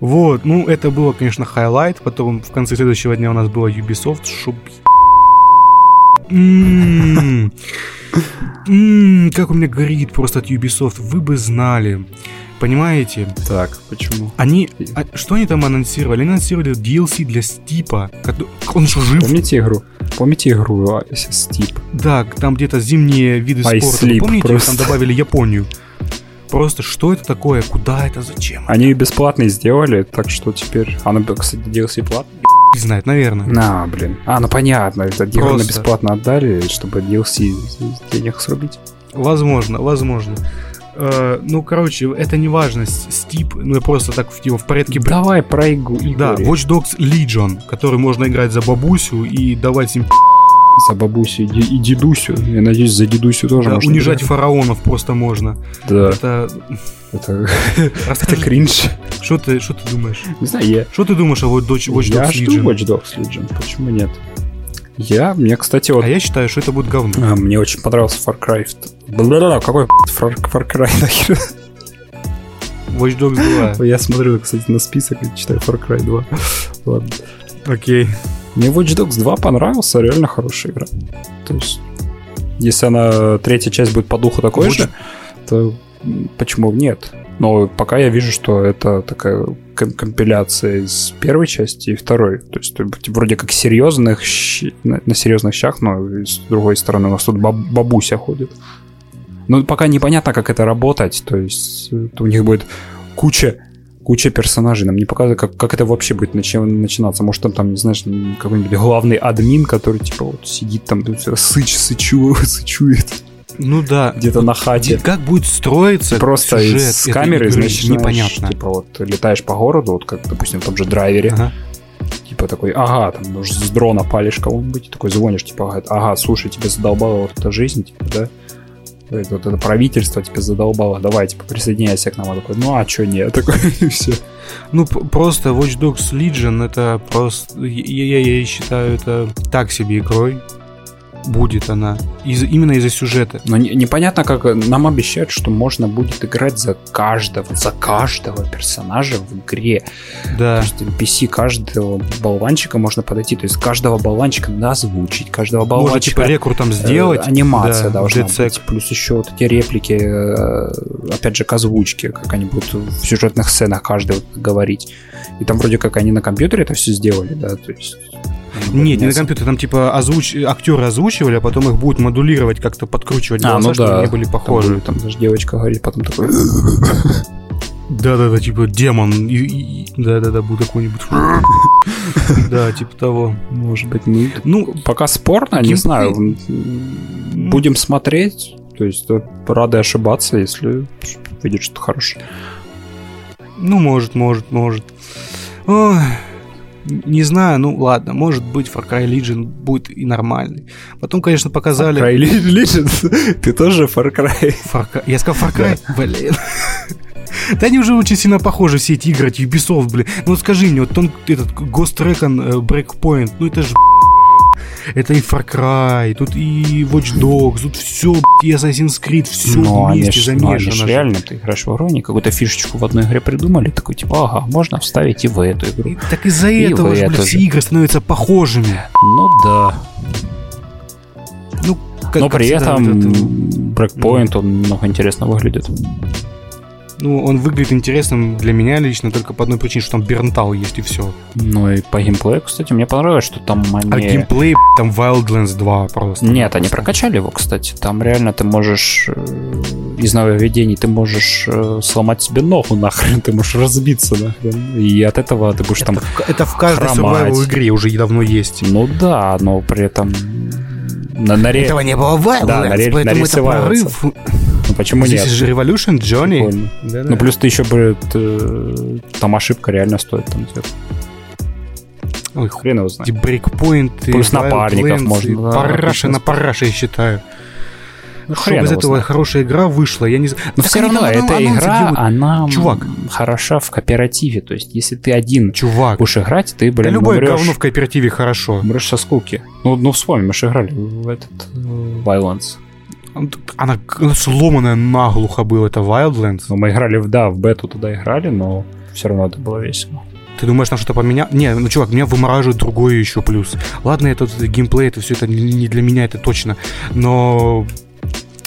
B: Вот, ну это было, конечно, хайлайт. Потом в конце следующего дня у нас была Ubisoft. Шуб... М. М, М-м-м. М-м, Как у меня горит просто от Ubisoft. Вы бы знали. Понимаете?
C: Так, почему?
B: Они... а что они там анонсировали? Они анонсировали DLC для Стипа. кото- Он же жив.
C: Помните игру? Помните игру а, с- Стип?
B: Да, там где-то зимние виды
C: I
B: спорта.
C: sleep
B: Помните,
C: просто.
B: там добавили Японию? Просто что это такое? Куда это? Зачем? А
C: Они ее бесплатной сделали, так что теперь... Она, б- кстати, DLC платная?
B: Не знает, наверное.
C: На, блин. А, ну понятно, это игру на
B: Просто.
C: бесплатно отдали, чтобы DLC с- с денег срубить.
B: Возможно, возможно. Э, ну, короче, это не важно. С- Стип, ну, я просто так в, его в порядке... бр-
C: Давай про игру.
B: Да,
C: Игорь.
B: Watch Dogs Legion, который можно играть за бабусю и давать им
C: За бабусю и ди- и дедусю. Я надеюсь, за дедусю тоже
B: да,
C: можно
B: унижать
C: играть.
B: фараонов просто можно.
C: Да,
B: Это...
C: это, это
B: Расскажи,
C: кринж.
B: что ты, что ты думаешь?
C: Не знаю, я,
B: Что ты думаешь о Watch Dogs Watch
C: я
B: Dogs
C: жду
B: Legion?
C: Watch Dogs Legion, почему нет? Я, мне, кстати, вот...
B: А я считаю, что это будет говно.
C: а, Мне очень понравился Far Cry. Бла-бла-бла, какой Far, Far Cry нахер?
B: Watch Dogs
C: Я смотрю, кстати, на список и читаю Far Cry 2. Ладно.
B: 2. Окей.
C: Мне Watch Dogs 2 понравился, реально хорошая игра. То есть, если она третья часть будет по духу такой
B: Watch-
C: же, то м, почему б нет? Но пока я вижу, что это такая ком- компиляция из первой части и второй. То есть ты б- вроде как серьезных щ- на, на серьезных щах, но и с другой стороны у нас тут баб- бабуся ходит. Ну, пока непонятно, как это работать. То есть э, у них будет куча куча персонажей. Нам не показывают, как, как это вообще будет начи- начинаться. Может, там, там, не знаешь, м, какой-нибудь главный админ, который, типа, вот сидит там, тут всё сыч, сычу, сычует
B: Ну да.
C: где-то на хате.
B: Как будет строиться
C: Просто
B: сюжет
C: с
B: этой
C: камеры,
B: игры,
C: значит,
B: непонятно.
C: типа, вот летаешь по городу, вот как, допустим, в том же драйвере,
B: Ага.
C: типа такой, ага, там ну, с дрона палишь кого-нибудь, и такой звонишь, типа, ага, ага, слушай, тебе задолбала вот эта жизнь, типа, да? Это, вот это правительство тебя задолбало, давай, типа, присоединяйся к нам. Он такой, ну а чё нет? Такой, и все.
B: Ну, п- просто Watch Dogs Legion это просто... Я, я- я считаю, это так себе игрой. Будет она. Из- именно из-за сюжета.
C: Но не- непонятно, как э, нам обещают, что можно будет играть за каждого, за каждого персонажа в игре. То
B: Да.
C: есть NPC каждого болванчика можно подойти, то есть каждого болванчика надо озвучить, каждого
B: Можно,
C: болванчика...
B: типа, рекрутом
C: э,
B: сделать.
C: анимация
B: да,
C: должна
B: DCEC.
C: быть, плюс еще вот эти реплики, э, опять же, к озвучке, как они будут в сюжетных сценах каждый вот говорить. И там вроде как они на компьютере это все сделали, да, то есть... а,
B: Нет, не на компьютере, там типа озвуч... актеры озвучивали, а потом их будут модулировать, как-то подкручивать
C: А,
B: голоса,
C: ну
B: чтобы
C: да.
B: они были
C: Там,
B: похожи.
C: там даже девочка говорит, потом такой...
B: Да-да-да, типа демон. и- и- и- Да-да-да, будет какой-нибудь... Да, типа того.
C: Может быть, ну,
B: Ну,
C: Пока спорно, не
B: Геймплей.
C: знаю. М, Будем смотреть. То есть э, рады ошибаться, если видишь что-то хорошее.
B: ну, может, может, может. Ой, не знаю, ну ладно, может быть Far Cry Legion будет и нормальный. Потом, конечно, показали...
C: Far Cry Legends. Ты тоже Far Cry.
B: Far Cry. Я сказал Far Cry? Блин. Да они уже очень сильно похожи, все эти игры от Ubisoft, блин. Ну вот скажи мне, вот он, этот Ghost Recon э, Breakpoint, ну это же Это и Far Cry, тут и Watch Dogs, тут все, и Assassin's Creed, все
C: Ну, они
B: вместе
C: ж- ну, они
B: замешано.
C: ж
B: же.
C: реально, ты играешь в игру, они какую-то фишечку в одной игре придумали, такой типа, ага, можно вставить и в эту игру.
B: И так из-за
C: И
B: этого
C: вы
B: же, блядь,
C: это
B: все
C: же.
B: игры становятся похожими.
C: Ну да.
B: Ну, как-
C: Но
B: как
C: при
B: всегда,
C: этом
B: вот это-
C: Breakpoint, он много интересно выглядит.
B: ну, он выглядит интересным для меня лично только по одной причине, что там Бернтал есть и все.
C: Ну и по геймплею, кстати, мне понравилось, что там
B: А
C: они...
B: геймплей, б***ь, там Wildlands 2 просто.
C: Нет, они прокачали его, кстати. Там реально ты можешь э, из нововведений ты можешь э, сломать себе ногу нахрен, ты можешь разбиться нахрен. И от этого ты будешь там...
B: Это, в- это в каждой
C: хромать.
B: survival игре уже и давно есть.
C: Ну да, но при этом... На, на ре-
B: не было в Wildlands,
C: Да, наре- нарисовалось. Ну почему
B: Здесь
C: нет?
B: же Revolution, Джонни.
C: Прикольно.
B: Да-да.
C: Ну плюс ты еще бы... э, Там ошибка реально стоит. Там, типа,
B: Ой, хуй.
C: хрен его знает.
B: Эти брейкпоинты,
C: Плюс напарников
B: Wildlands,
C: можно,
B: и
C: да,
B: Параши
C: отлично.
B: на параши, я считаю. Ну,
C: хрен
B: Чтобы из
C: его
B: этого
C: знает.
B: хорошая игра вышла, я не знаю.
C: Но
B: Так
C: все
B: они
C: равно
B: там
C: эта
B: анонсы
C: игра,
B: делают.
C: она м,
B: Чувак.
C: хороша в кооперативе. То есть, если ты один
B: Чувак,
C: будешь играть, ты, блин,
B: да любое
C: умрёшь-
B: говно в кооперативе хорошо.
C: умрёшь со скуки. Ну, ну вспомни, мы же играли в этот э, Wildlands.
B: Ну, Она, она сломанная наглухо была, это Wildlands.
C: Ну, мы играли, в, да, в бету туда играли, но все равно это было весело.
B: Ты думаешь, там что-то поменял? Не, ну, чувак, меня вымораживает другой еще плюс. Ладно, это, вот геймплей, это все это не не для меня, это точно. Но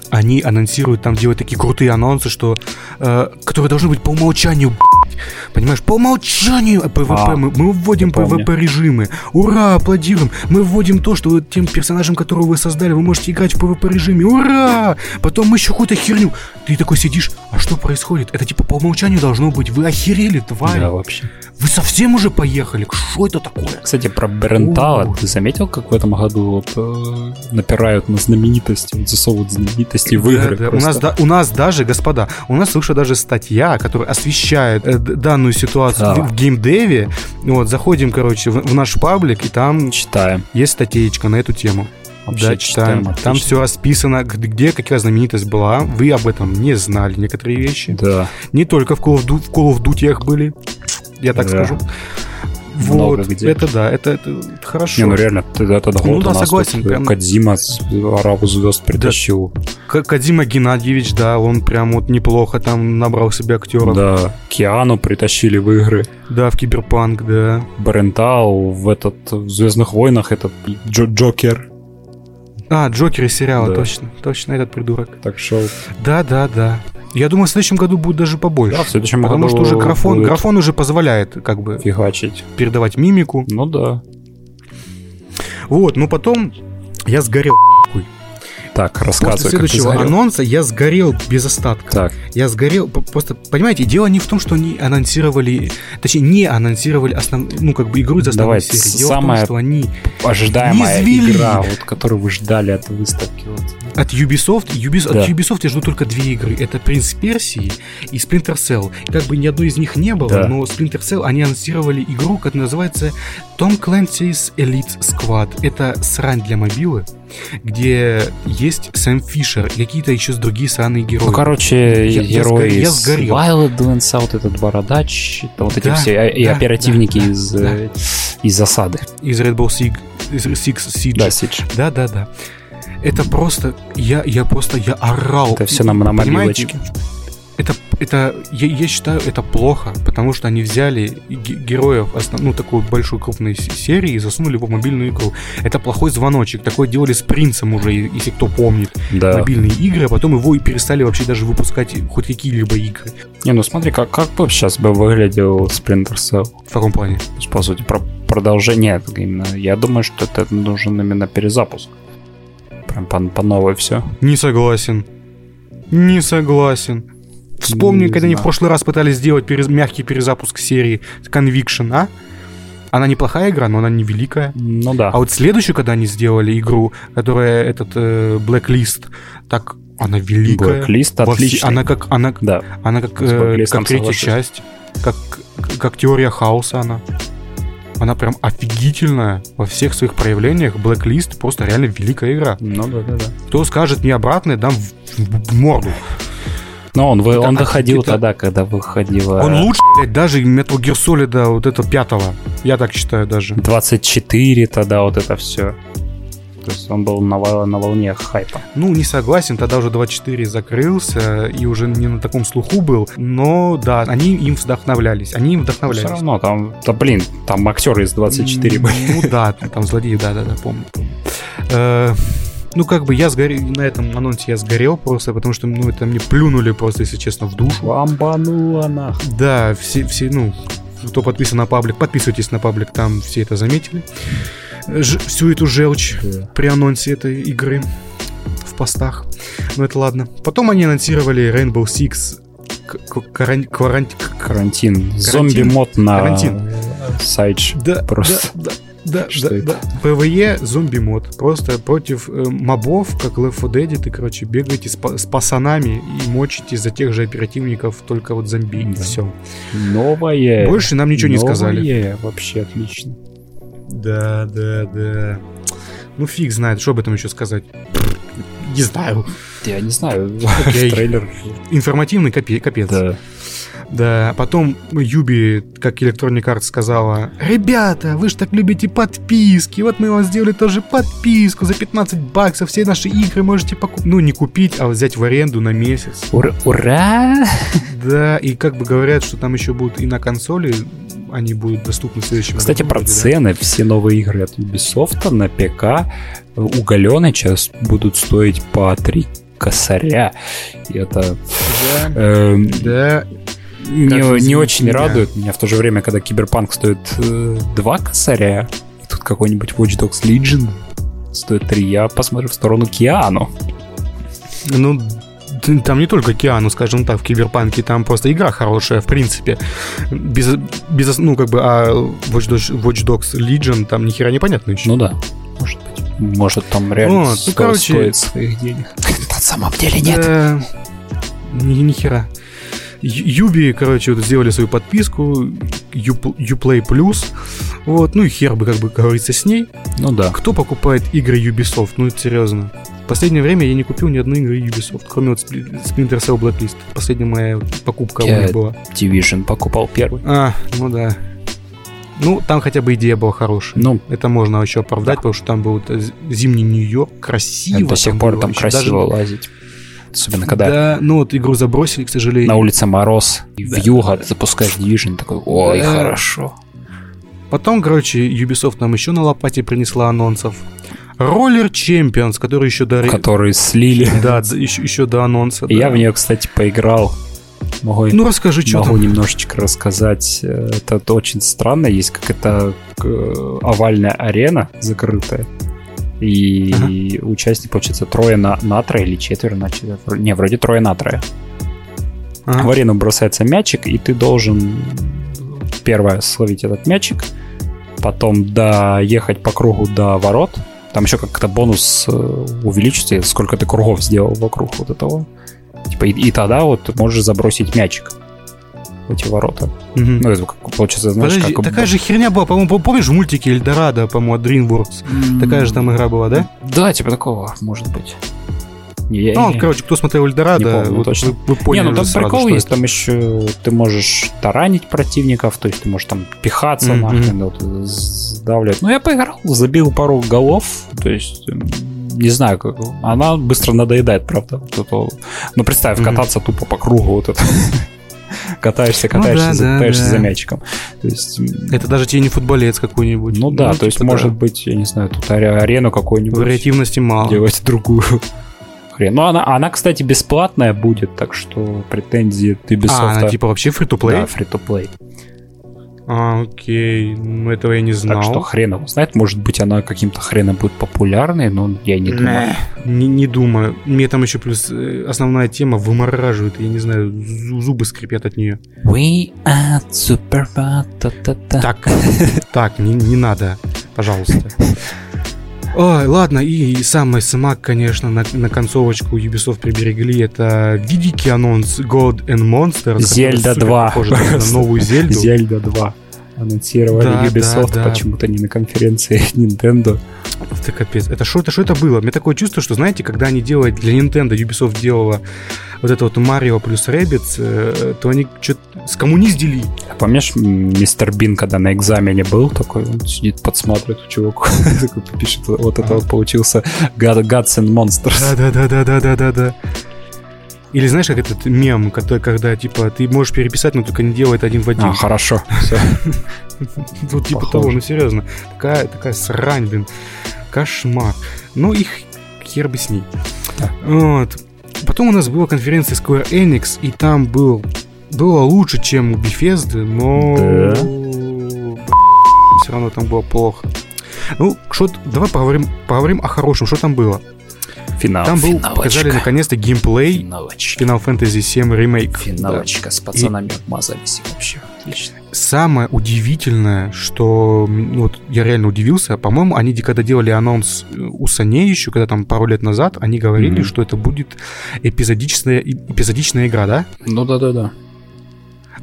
B: они анонсируют, там делают такие крутые анонсы, что... э, которые должны быть по умолчанию, б***ь. Понимаешь, по умолчанию ПВП.
C: А,
B: мы, мы вводим
C: я помню.
B: ПВП режимы. Ура, аплодируем. Мы вводим то, что вы тем персонажем, которого вы создали, вы можете играть в ПВП режиме. Ура! Потом мы еще какую-то херню. Ты такой сидишь, а что происходит? Это типа по умолчанию должно быть. Вы охерели, тварь.
C: вообще.
B: Вы совсем уже поехали? Что это такое?
C: Кстати, про Брентала,
B: Ух.
C: ты заметил, как в этом году вот, э, напирают на знаменитости, вот засовывают знаменитости в игры?
B: Да, да. У,
C: просто?
B: нас, да- у нас даже, господа, у нас вышла даже статья, которая освещает э, д- данную
C: Да.
B: ситуацию в, в геймдеве. Вот, заходим, короче, в, в наш паблик, и там
C: Читаем.
B: есть статейка на эту тему.
C: Вообще
B: да, читаем.
C: читаем. отлично.
B: там все расписано, г- где какая знаменитость была. Вы об этом не знали некоторые вещи.
C: Да.
B: Не только в Call of, Du- в Call of Duty были, я так
C: Да.
B: скажу.
C: Много
B: Вот,
C: где.
B: это да, это, это- это хорошо.
C: Не, ну реально, ты- это год
B: Ну
C: у
B: да,
C: нас
B: согласен,
C: тут, э,
B: прям.
C: Кодзима с Арабу звезд притащил.
B: К- Кадима Геннадьевич, да, он прям вот неплохо там набрал себе
C: Да.
B: актеров.
C: Киану притащили в игры.
B: Да, в Киберпанк, да.
C: Брентал в этот в Звездных войнах этот Джо- Джокер.
B: А, Джокер из сериала,
C: Да.
B: точно. Точно, этот придурок.
C: Так что
B: Да, да, да. Я думаю, в следующем году будет даже побольше.
C: да, в следующем
B: Потому
C: году
B: что уже графон,
C: будут
B: графон уже позволяет как бы
C: фигачить.
B: передавать мимику.
C: Ну да.
B: Вот, но потом я сгорел.
C: Так,
B: После
C: рассказывай, как ты
B: следующего
C: загорел.
B: анонса я сгорел без остатка.
C: Так,
B: Я сгорел, п- просто, понимаете, дело не в том, что они анонсировали, точнее, не анонсировали основ, ну, как бы игру из основной
C: Давай,
B: серии. Дело в
C: самое-
B: том, что они
C: ожидаемая
B: Извели.
C: игра, вот, которую вы ждали от выставки. вот.
B: От Ubisoft, Ubis-
C: Да.
B: от Ubisoft я жду только две игры. Это Принц Персии и Splinter Cell. И Как бы ни одной из них не было,
C: Да.
B: но Splinter Cell они анонсировали игру, которая называется Tom Clancy's Elite Squad. Это срань для мобилы, где есть Сэм Фишер и какие-то еще с другие сраные герои.
C: Ну, короче,
B: Я- я
C: герои
B: сгорел, я
C: из
B: сгорел.
C: Wildlands, а вот этот Бородач, это вот эти
B: Да,
C: все, а- и
B: да,
C: оперативники
B: да,
C: из, э, из засады.
B: Из Red Bull Sig- из Six Siege.
C: Да, Сидж.
B: Да, да, да. Это просто, я, я просто, я орал.
C: Это все нам на
B: Понимаете?
C: мобилочке.
B: Это, это я, я считаю, это плохо, потому что они взяли ге- героев основ, ну, такой большой крупной с- серии и засунули его в мобильную игру. Это плохой звоночек. Такое делали с принцем уже, и- если кто помнит.
C: Да.
B: Мобильные игры, а потом его и перестали вообще даже выпускать хоть какие-либо игры.
C: Не, ну смотри, как, как бы сейчас бы выглядел Splinter Cell.
B: В таком плане.
C: То есть, по сути, про- продолжение, нет, именно, я думаю, что это нужен именно перезапуск. Прям по, по новой все.
B: Не согласен. Не согласен. Вспомни,
C: Не
B: когда они в
C: знаю.
B: прошлый раз пытались сделать перез- мягкий перезапуск серии Conviction, а? Она неплохая игра, но она не великая.
C: Ну да.
B: А вот следующую, когда они сделали игру, которая этот э, Blacklist, так она великая.
C: Блэклист
B: Во все-
C: отличный.
B: она как она,
C: Да.
B: она как,
C: С
B: э,
C: Blacklist
B: как третья
C: соглашусь.
B: часть, как как теория хаоса она. Она прям офигительная во всех своих проявлениях. Blacklist просто реально великая игра.
C: Ну да, да, да.
B: Кто скажет мне обратное, дам в, в- в морду.
C: Но он, вы,
B: Это
C: он
B: от-
C: выходил
B: это-
C: тогда, когда выходила
B: Он лучше, блядь, даже Metal Gear Solid вот этого пятого. Я так считаю даже.
C: 24 тогда, вот это все. То есть он был на, вол- на волне хайпа.
B: Ну, не согласен, тогда уже 24 закрылся и уже не на таком слуху был. Но да, они им вдохновлялись. Они им
C: Все
B: вдохновлялись.
C: равно там, да блин, там актеры из 24 были.
B: Ну да, там злодеи, да-да-да, помню. помню. Э, Ну, как бы я сгорел, на этом анонсе я сгорел просто, потому что, ну, это мне плюнули просто, если честно, в душу.
C: Бомбанула нахуй.
B: Да, все, все, ну, кто подписан на паблик, подписывайтесь на паблик, там все это заметили. Ж- всю эту желчь при анонсе этой игры в постах. Но это ладно. Потом они анонсировали Rainbow Six к- к- каран- кваранти- к- к-
C: Карантин. Зомби-мод на
B: Карантин.
C: сайдж.
B: Да,
C: Просто.
B: да, да,
C: Что
B: да,
C: это?
B: да. ПВЕ зомби мод. Просто против э, мобов, как Left 4 Dead, ты, короче, бегаете с, па- с пацанами и мочите за тех же оперативников, только вот зомби и
C: Да. Э,
B: все.
C: Новое.
B: Больше нам ничего не
C: Новое.
B: сказали.
C: Вообще отлично.
B: Да, да, да. Ну фиг знает, что об этом еще сказать. Не знаю.
C: Я не знаю.
B: Окей.
C: Трейлер.
B: Информативный копе- капец.
C: Да.
B: Да, потом Юби, как Electronic Arts сказала, «Ребята, вы же так любите подписки, вот мы вам сделали тоже подписку за 15 баксов, все наши игры можете покупать». Ну, не купить, а взять в аренду на месяц.
C: Ура! ура!
B: Да, и как бы говорят, что там еще будут и на консоли, они будут доступны в следующем
C: Кстати,
B: году,
C: про
B: вроде, да.
C: цены. Все новые игры от Ubisoft на ПК уголены сейчас будут стоить по 3 косаря. И это
B: Да,
C: эм,
B: да,
C: не,
B: извините
C: не очень
B: меня.
C: радует меня в то же время, когда Киберпанк стоит 2 косаря, и тут какой-нибудь Watch Dogs Legion стоит 3. Я посмотрю в сторону Киану.
B: Ну, т- там не только Киану, скажем так, в Киберпанке, там просто игра хорошая, в принципе. Без, без ос- ну, как бы, а Watch Dogs, Watch Dogs Legion там ни хера непонятно еще.
C: Ну да, может быть. Может, там реально
B: Ну, ну,
C: сто-
B: короче,
C: стоит своих денег. На самом деле
B: Да, ни, ни хера. Ю- Юби, короче, вот сделали свою подписку, Юп- Uplay Plus, вот, ну и хер бы, как бы говорится, с ней.
C: Ну да.
B: Кто покупает игры Ubisoft? Ну, это серьезно. В последнее время я не купил ни одной игры Ubisoft, кроме вот Spl- Splinter Cell Blacklist. Последняя моя покупка у
C: Я-
B: них была.
C: Division покупал первый.
B: А, ну да. Ну, там хотя бы идея была хорошая.
C: Ну,
B: Это можно еще
C: Да.
B: оправдать, потому что там был вот, э, з- зимний Нью-Йорк, красиво.
C: до сих пор
B: было
C: там
B: вообще.
C: красиво
B: Даже-
C: лазить. Особенно когда
B: Да, ну вот игру забросили, к сожалению.
C: на улице мороз, и
B: Да,
C: в юго запускаешь Division, такой, ой,
B: Да.
C: хорошо.
B: Потом, короче, Ubisoft нам еще на лопате принесла анонсов. Роллер Champions, который еще до... ре-
C: Которые слили.
B: Да, д- еще, еще до анонса.
C: Я
B: да.
C: в нее, кстати, поиграл. Могу,
B: Ну расскажи, что
C: могу
B: там.
C: немножечко рассказать. Э, Это, это очень странно. Есть какая-то э, овальная арена закрытая. И участник, получается, трое на, на трое или четверо на четверо. Не, вроде трое на трое.
B: Ага.
C: В арену бросается мячик, и ты должен первое словить этот мячик, потом доехать по кругу до ворот. Там еще как-то бонус э, увеличится, сколько ты кругов сделал вокруг вот этого. Типа, и, и тогда вот ты можешь забросить мячик в эти ворота.
B: Мгм.
C: Ну, это как, получается, знаешь,
B: Подожди, а
C: как...
B: такая же херня была, по-моему, пом- помнишь в мультике Эльдорадо, по-моему, от DreamWorks? Такая же там игра была, да?
C: Да, типа такого, может быть. Не, я-
B: Ну,
C: я-
B: короче, кто смотрел Эльдорадо,
C: Не помню
B: вот
C: точно.
B: вы, вы поняли
C: не, ну
B: уже
C: там
B: сразу,
C: прикол
B: что
C: есть,
B: это.
C: там еще ты можешь таранить противников, то есть ты можешь там пихаться
B: Мгм.
C: нахрен, вот, э, сдавливать. Ну я поиграл, забил пару голов, то есть м, не знаю, как она быстро надоедает, правда. вот это. Ну представь,
B: Мгм.
C: кататься тупо по кругу вот это. Катаешься,
B: Ну да,
C: катаешься, за-
B: да,
C: катаешься
B: да.
C: за мячиком. То есть, м,
B: Это даже тебе не футболец какой-нибудь.
C: ну да, то есть
B: типа,
C: может
B: да.
C: быть, я не знаю, тут аре- арену какую-нибудь
B: Вариативности мало.
C: делать другую. Хрен. Ну, она, она, кстати, бесплатная будет, так что претензии ты без
B: А, она типа вообще
C: Да,
B: фри-то-плей?
C: фри-то-плей.
B: А, окей, ну этого я не знал.
C: Так что хрен его знает, может быть, она каким-то хреном будет популярной, но я не думаю.
B: Не, не думаю. Мне там еще плюс э, основная тема вымораживает, я не знаю, зу- зубы скрипят от нее.
C: We are Superman, та-та-та.
B: Так, так, не, не надо, пожалуйста. Ой, ладно, и, и самый смак, конечно, на, на концовочку Ubisoft приберегли. Это великий анонс God and Monsters. который
C: Зельда
B: супер
C: 2.
B: похож на новую Зельду.
C: Зельда 2 анонсировали
B: Да,
C: Ubisoft
B: да, да.
C: почему-то не на конференции Nintendo.
B: В Это капец. Это что это, что это было? Мне такое чувство, что, знаете, когда они делают для Nintendo, Ubisoft делала вот это вот Марио плюс Rabbids, э, то они что-то скоммуниздили.
D: А Помнишь, м, мистер Бин, когда на экзамене был, такой, он сидит, подсматривает у чувака, такой пишет, вот это вот получился God- Gods and Monsters.
B: Да-да-да-да-да-да-да. Или знаешь, как этот мем, который, когда, типа, ты можешь переписать, но только не делает один в один.
D: А, хорошо, все.
B: Тут типа
D: Похоже.
B: того, ну серьезно. Такая, такая срань, блин. Кошмар. Ну их хер бы с ней.
D: Да.
B: Вот. Потом у нас была конференция Square Enix, и там был... Было лучше, чем у Bethesda, но...
D: Да.
B: Все равно там было плохо. Ну, что давай поговорим, поговорим о хорошем, что там было.
D: Финал.
B: Там был,
C: финалочка.
B: показали наконец-то геймплей
C: Финалочка.
B: Final Fantasy VII Remake.
C: Финалочка. С пацанами обмазались и вообще. Отлично.
B: Самое удивительное, что м, ну, вот я реально удивился, по-моему, они де- когда делали анонс э, у Саней еще, когда там пару лет назад, они говорили,
D: Мгм.
B: что это будет эпизодичная, и- эпизодичная игра, да?
C: Ну да-да-да.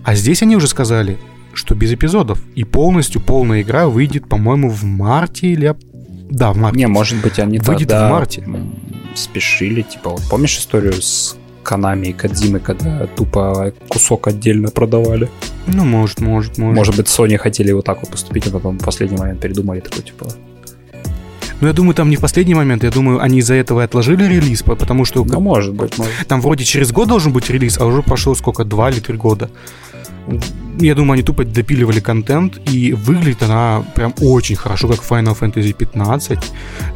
B: А здесь они уже сказали, что без эпизодов. И полностью полная игра выйдет, по-моему, в марте или... ап- Да, в марте.
D: Не, может быть, они
B: Выйдет
D: тогда
B: в марте.
D: м, спешили, типа, вот помнишь историю с Канами и Кадзимы, когда тупо кусок отдельно продавали?
B: Ну, может, может, может.
D: Может быть, Sony хотели вот так вот поступить, а потом в последний момент передумали, такой, типа,
B: Но я думаю, там не в последний момент. Я думаю, они из-за этого и отложили релиз, по- потому что
D: ну, может быть, может.
B: Там вроде через год должен быть релиз, а уже прошло сколько, два или три года. Я думаю, они тупо допиливали контент, и выглядит она прям очень хорошо, как Final Fantasy 15.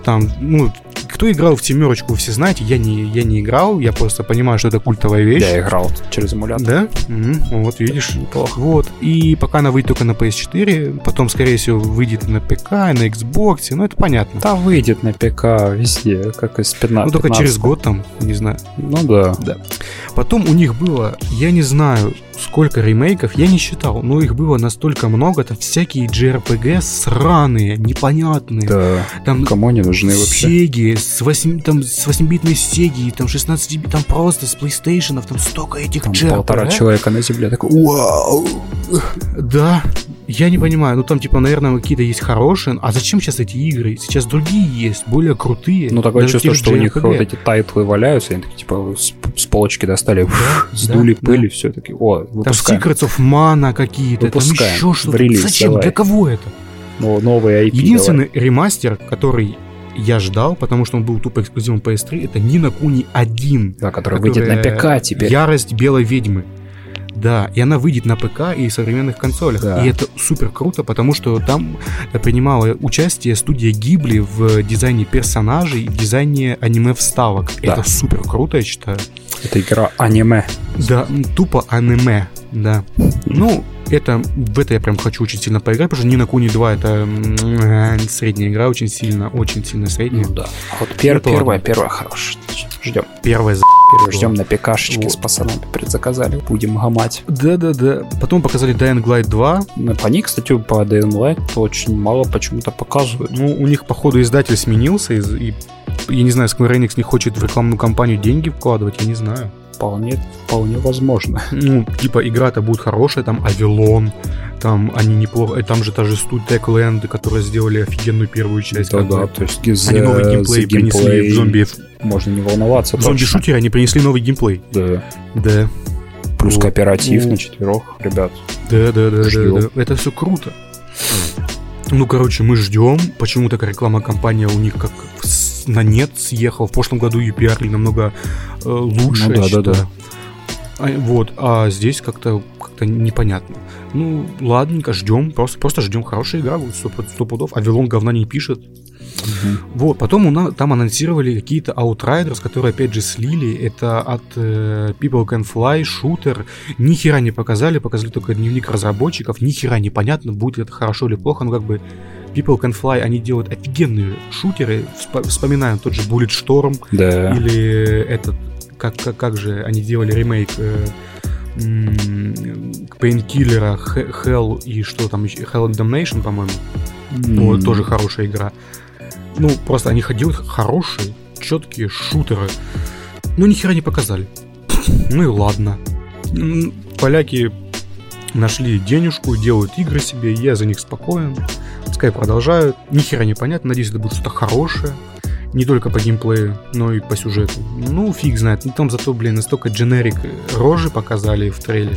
B: Там, ну, кто играл в семерочку, вы все знаете, я не, я не играл, я просто понимаю, что это культовая вещь.
D: Я играл через эмулятор.
B: Да? Мгм. Вот, видишь. Вот. И пока она выйдет только на PS4, потом, скорее всего, выйдет и на ПК, и на Xbox, ну, это понятно.
D: Да выйдет на ПК везде, как из 15.
C: А,
B: ну, только через год там, не знаю.
D: Ну да.
B: Потом у них было, я не знаю, сколько ремейков, я не считал, но их было настолько много, там всякие JRPG сраные, непонятные.
D: Да.
B: Там
D: Кому они нужны вообще?
B: Сеги, с 8, там, с 8-битной Сеги, там 16 бит там просто с PlayStation, там столько этих
D: Там
B: JRPG.
D: полтора человека на земле. Такой, вау!
B: Да, я не понимаю, ну там типа, наверное, какие-то есть хорошие, а зачем сейчас эти игры? Сейчас другие есть, более крутые.
D: Ну, такое
B: даже
D: чувство,
B: через
D: что у них
B: JRPG.
D: вот эти тайтлы валяются, и они такие, типа, с, с полочки достали, сдули
B: да,
D: пыль, и все таки о,
B: Там
D: выпускаем.
B: Secrets of Mana какие-то, там
D: Выпускаем.
B: еще что-то.
D: В релиз
B: Зачем?
D: давай.
B: Для кого это?
D: Ну, новые IP.
B: Единственный ремастер, который я ждал, потому что он был тупо эксклюзивом PS3, это Нина Куни 1.
D: давай. Да, который выйдет на
B: которая
D: ПК теперь.
B: Ярость белой ведьмы. Да, и она выйдет на ПК и современных консолях.
D: Да.
B: И это супер круто, потому что там принимала участие студия Гибли в дизайне персонажей и в дизайне аниме-вставок.
D: Да.
B: Это супер круто, я считаю.
D: Это игра аниме.
B: Да, м, тупо аниме, да. Ну, это, в это я прям хочу очень сильно поиграть, потому что Нина Куни 2 это м, э, средняя игра, очень сильно, очень сильно средняя.
D: Ну да. А вот пер-
B: Ну, это ладно.
D: первая, первая хорошая. Значит, Ждем.
B: Первая за...
D: Ждем на ПКшечке
B: Вот.
D: с пацанами. Предзаказали. Будем гамать.
B: Да-да-да. Потом показали Dying Light 2.
D: Ну, По ней, кстати, по Dying Light очень мало почему-то показывают.
B: Ну, у них, походу, издатель сменился, из- и, я не знаю, Square Enix не хочет в рекламную кампанию деньги вкладывать, я не знаю.
D: Вполне, вполне возможно.
B: Ну, типа, игра-то будет хорошая, там Авилон, там они неплохо, э, там же та же студия Techland, которые сделали офигенную первую часть. э, которая-
D: то есть за-
B: Они новый
D: Э, за
B: геймплей, принесли
D: геймплей
B: в зомби...
D: Можно не волноваться.
B: В зомби-шутере они принесли новый геймплей.
D: Да.
B: Да.
D: Плюс
B: Вот.
D: кооператив
B: Ну.
D: на четверых, ребят.
B: Да, да, да, да,
D: Ждём.
B: да. Это все круто. Ну, короче, мы ждем. Почему такая реклама компания у них как с- на нет съехала. В прошлом году ее пиарили намного э, лучше.
D: Ну да,
B: я
D: да, да.
B: считаю. А, вот, а здесь как-то как-то непонятно. Ну, ладненько, ждем. Просто, просто ждем. Хорошая игра, вот, сто, пуд- сто пудов. Авилон говна не пишет. Вот, потом у нас, там анонсировали какие-то Outriders, которые опять же слили. Это от э, People Can Fly, шутер. Ни хера не показали, показали только дневник разработчиков. Ни хера непонятно, будет ли это хорошо или плохо, но как бы People Can Fly, они делают офигенные шутеры. Вспо- вспоминаем тот же Bullet Storm
D: Да.
B: или этот, как, как, как же они делали ремейк э, м, Painkiller, He- Hell и что там еще, Hell and Damnation, по-моему. Вот, Ну, тоже хорошая игра. Ну, просто они ходили хорошие, четкие шутеры. Ну, ни хера не показали. Ну и ладно. М, Поляки нашли денежку, делают игры себе, я за них спокоен. Пускай продолжают. Ни хера не понятно. Надеюсь, это будет что-то хорошее. Не только по геймплею, но и по сюжету. Ну, фиг знает. Ну, там зато, блин, настолько дженерик рожи показали в трейлере.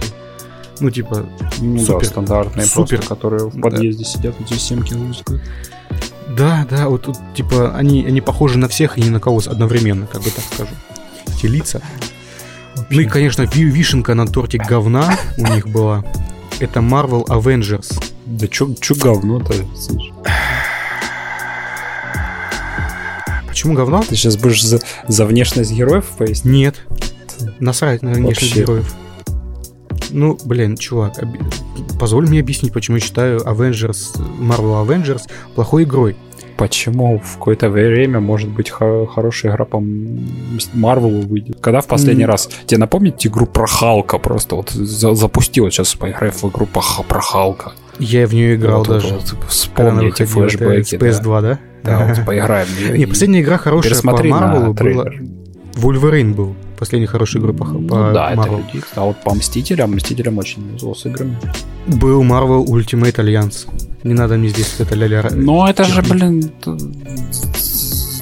B: Ну, типа,
C: Ну,
B: Супер.
C: да, стандартные
B: Супер.
C: просто, которые в подъезде сидят, вот здесь семки лузгают.
B: да, да, вот тут, типа, они, они похожи на всех и ни на кого одновременно, как бы так скажу. Эти лица. Ну и, конечно, ви- вишенка на торте говна у них была. Это Marvel Avengers.
C: Да чё, чё говно-то? Слушай,
B: Почему говно?
C: Ты сейчас будешь за, за внешность героев пояснить?
B: Нет. Насрать на внешних
C: Вообще.
B: героев. Ну, блин, чувак, оби- позволь мне объяснить, почему я считаю Avengers, Marvel Avengers плохой игрой.
C: Почему в какое-то время, может быть, хо- хорошая игра по М- Марвелу выйдет? Когда в последний
B: М.
C: раз? Тебе напомнить игру про Халка просто? Вот за- запусти вот сейчас, поиграй в игру по Ха- про Халка.
B: Я в нее играл
C: Вот, вот,
B: даже.
C: вот,
B: когда она
C: вспомни типа, эти
B: выходила, это
C: флешбеки.
B: с PS2, да?
C: Да, да вот поиграем.
B: Не, последняя игра хорошая по
C: Пересмотри на
B: Марвелу была...
C: трейлер.
B: Вульверин был. Последняя хорошая игра по, х-
C: Ну
B: по
C: да, это
B: Marvel.
C: люди. А вот по Мстителям, Мстителям очень зло с играми.
B: Был Marvel Ultimate Alliance. Не надо мне здесь вот это ля-ля.
C: Но Ну, это же,
B: Чё?
C: блин, т-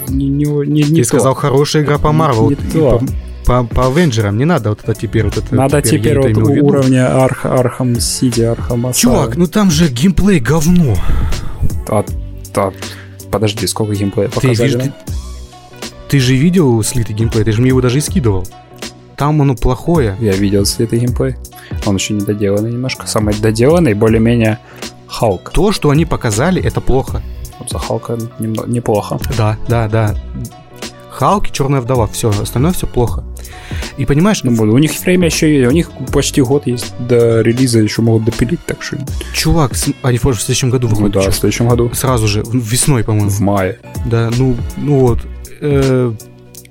C: не, не, не, не
B: Ты
C: то.
B: сказал, хорошая игра по
C: Не-
B: Marvel.
C: не
B: И
C: то.
B: По, по, по Avengers не надо вот это теперь вот это.
C: Надо
B: я
C: теперь
B: это
C: вот
B: имел в виду.
C: уровня Арх, Архам Сити, Архам
B: Чувак, ну там же геймплей говно.
C: а, та- подожди, сколько геймплея
B: Ты,
C: показали?
B: видишь, ты, ты же видел слитый геймплей, ты же мне его даже и скидывал. Там оно плохое.
C: Я видел слитый геймплей. Он еще не доделанный немножко. Самый доделанный, более-менее Халк.
B: То, что они показали, это плохо.
C: Вот За Халка немно- неплохо.
B: Да, да, да. Халк и Черная вдова, все, остальное все плохо. И понимаешь,
C: Ну, вот у них время еще есть, у них почти год есть до релиза, еще могут допилить, так что...
B: чувак, с- а не позже, в следующем году
C: Ну
B: выходит.
C: да,
B: чё?
C: в следующем году.
B: Сразу же, в- весной, по-моему.
C: В мае.
B: Да, ну, ну вот. э,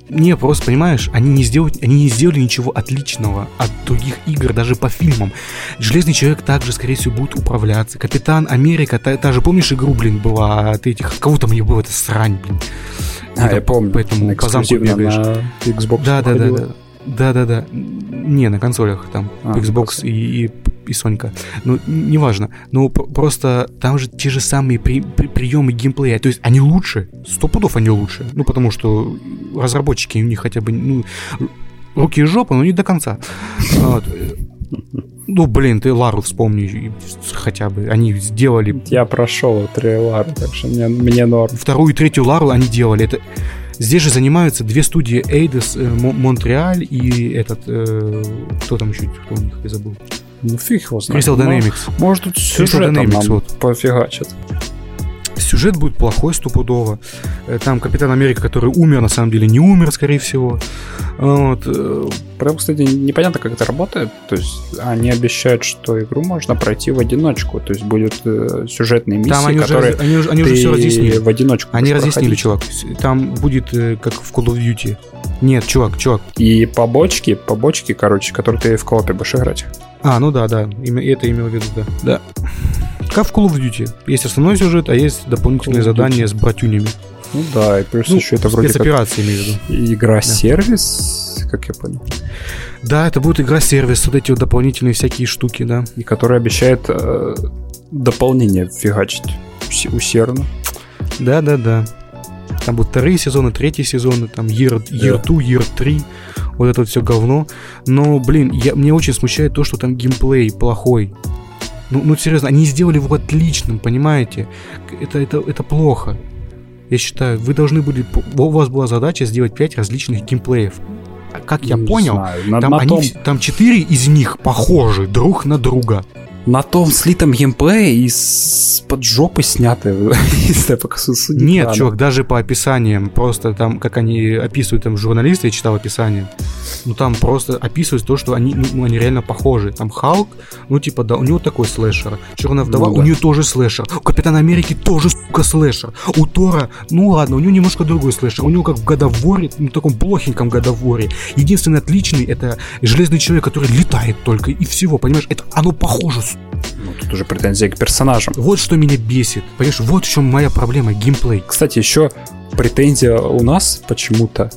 B: не, просто понимаешь, они не, сделают, они не сделали ничего отличного от других игр, даже по фильмам. Железный человек также, скорее всего, будет управляться. Капитан Америка, та, та же, помнишь, игру, блин, была от этих. Кого там не было, это срань, блин.
C: А,
B: Это
C: я помню.
B: Поэтому по замку
C: Эксклюзивно
B: бегаешь.
C: на Xbox
B: Да, да, да,
C: выходила.
B: да. Да, да, да. Не, на консолях там
C: А,
B: Xbox
C: на
B: и, и, и Сонька. Ну, н- неважно. Ну, п- просто там же те же самые при- при- приемы геймплея. То есть они лучше. Сто пудов они лучше. Ну, потому что разработчики у них хотя бы, ну, ру- руки и жопы, но не до конца. Вот. Ну, блин, ты Лару вспомни и с- хотя бы. Они сделали
C: Я прошел трейлер, так что мне, мне норм.
B: вторую и третью Лару они делали. Это здесь же занимаются две студии Эйдес, э, Мон- Монреаль и этот э, кто там еще, кто у них, я забыл.
C: Ну фиг его знает.
B: Crystal Dynamics.
C: Мо- Может, тут сюжетом
B: Dynamics,
C: нам
B: вот.
C: пофигачат.
B: Сюжет будет плохой стопудово. Э, Там Капитан Америка, который умер, на самом деле не умер, скорее всего. Вот, э,
C: Прям, кстати, непонятно, как это работает. То есть они обещают, что игру можно пройти в одиночку. То есть будут э, сюжетные миссии,
B: Там они уже,
C: которые
B: раз- они, уже- они
C: ты
B: уже все разъяснили.
C: в одиночку
B: Они
C: будешь
B: разъяснили,
C: проходить.
B: чувак. С- Там будет э, как в Call of Duty. Нет, чувак, чувак.
C: И побочки, побочки, короче, которые ты в коопе будешь играть.
B: А, ну да, да. Имя- это имел в виду, да. Да. Как в Call of Duty. Есть основной сюжет, а есть дополнительные
C: Call of
B: задания с братюнями.
C: Ну да, и плюс
B: Ну,
C: еще это вроде как
B: спецоперации, имею в виду.
C: игра-сервис, как я понял.
B: Да, это будет игра-сервис, вот эти вот дополнительные всякие штуки, да.
C: и который обещает э, дополнение фигачить уси- усердно.
B: Да, да, да. Там будут вторые сезоны, третьи сезоны, там Year, year 2, Year 3, вот это вот все говно. Но, блин, я, мне очень смущает то, что там геймплей плохой. Ну, ну серьезно, они сделали его отличным, понимаете? К- Это, это, это плохо. Я считаю, вы должны были... п- У вас была задача сделать 5 различных геймплеев. А Как я
C: Ну, Не
B: понял,
C: знаю, На,
B: там,
C: на
B: они
C: том,
B: вс- там 4 из них похожи друг на друга.
C: на том слитом геймплее из-под жопы сняты. Если пока су- судить
B: Нет,
C: рано.
B: чувак, даже по описаниям, просто там, как они описывают, там журналисты, я читал описание, ну там просто описывают то, что они, ну, они реально похожи. Там Халк, ну типа, да, у него такой слэшер. Черная вдова,
C: Ну
B: у
C: да.
B: нее тоже слэшер. У Капитана Америки тоже, сука, слэшер. У Тора, ну ладно, у него немножко другой слэшер. У него как в Годоворе, ну таком плохеньком Годоворе. Единственный отличный, это Железный Человек, который летает только, и всего, понимаешь? Это оно похоже, сука.
C: Ну, тут уже претензия к персонажам.
B: Вот что меня бесит. Понимаешь, вот в чем моя проблема, геймплей.
C: Кстати, еще претензия у нас почему-то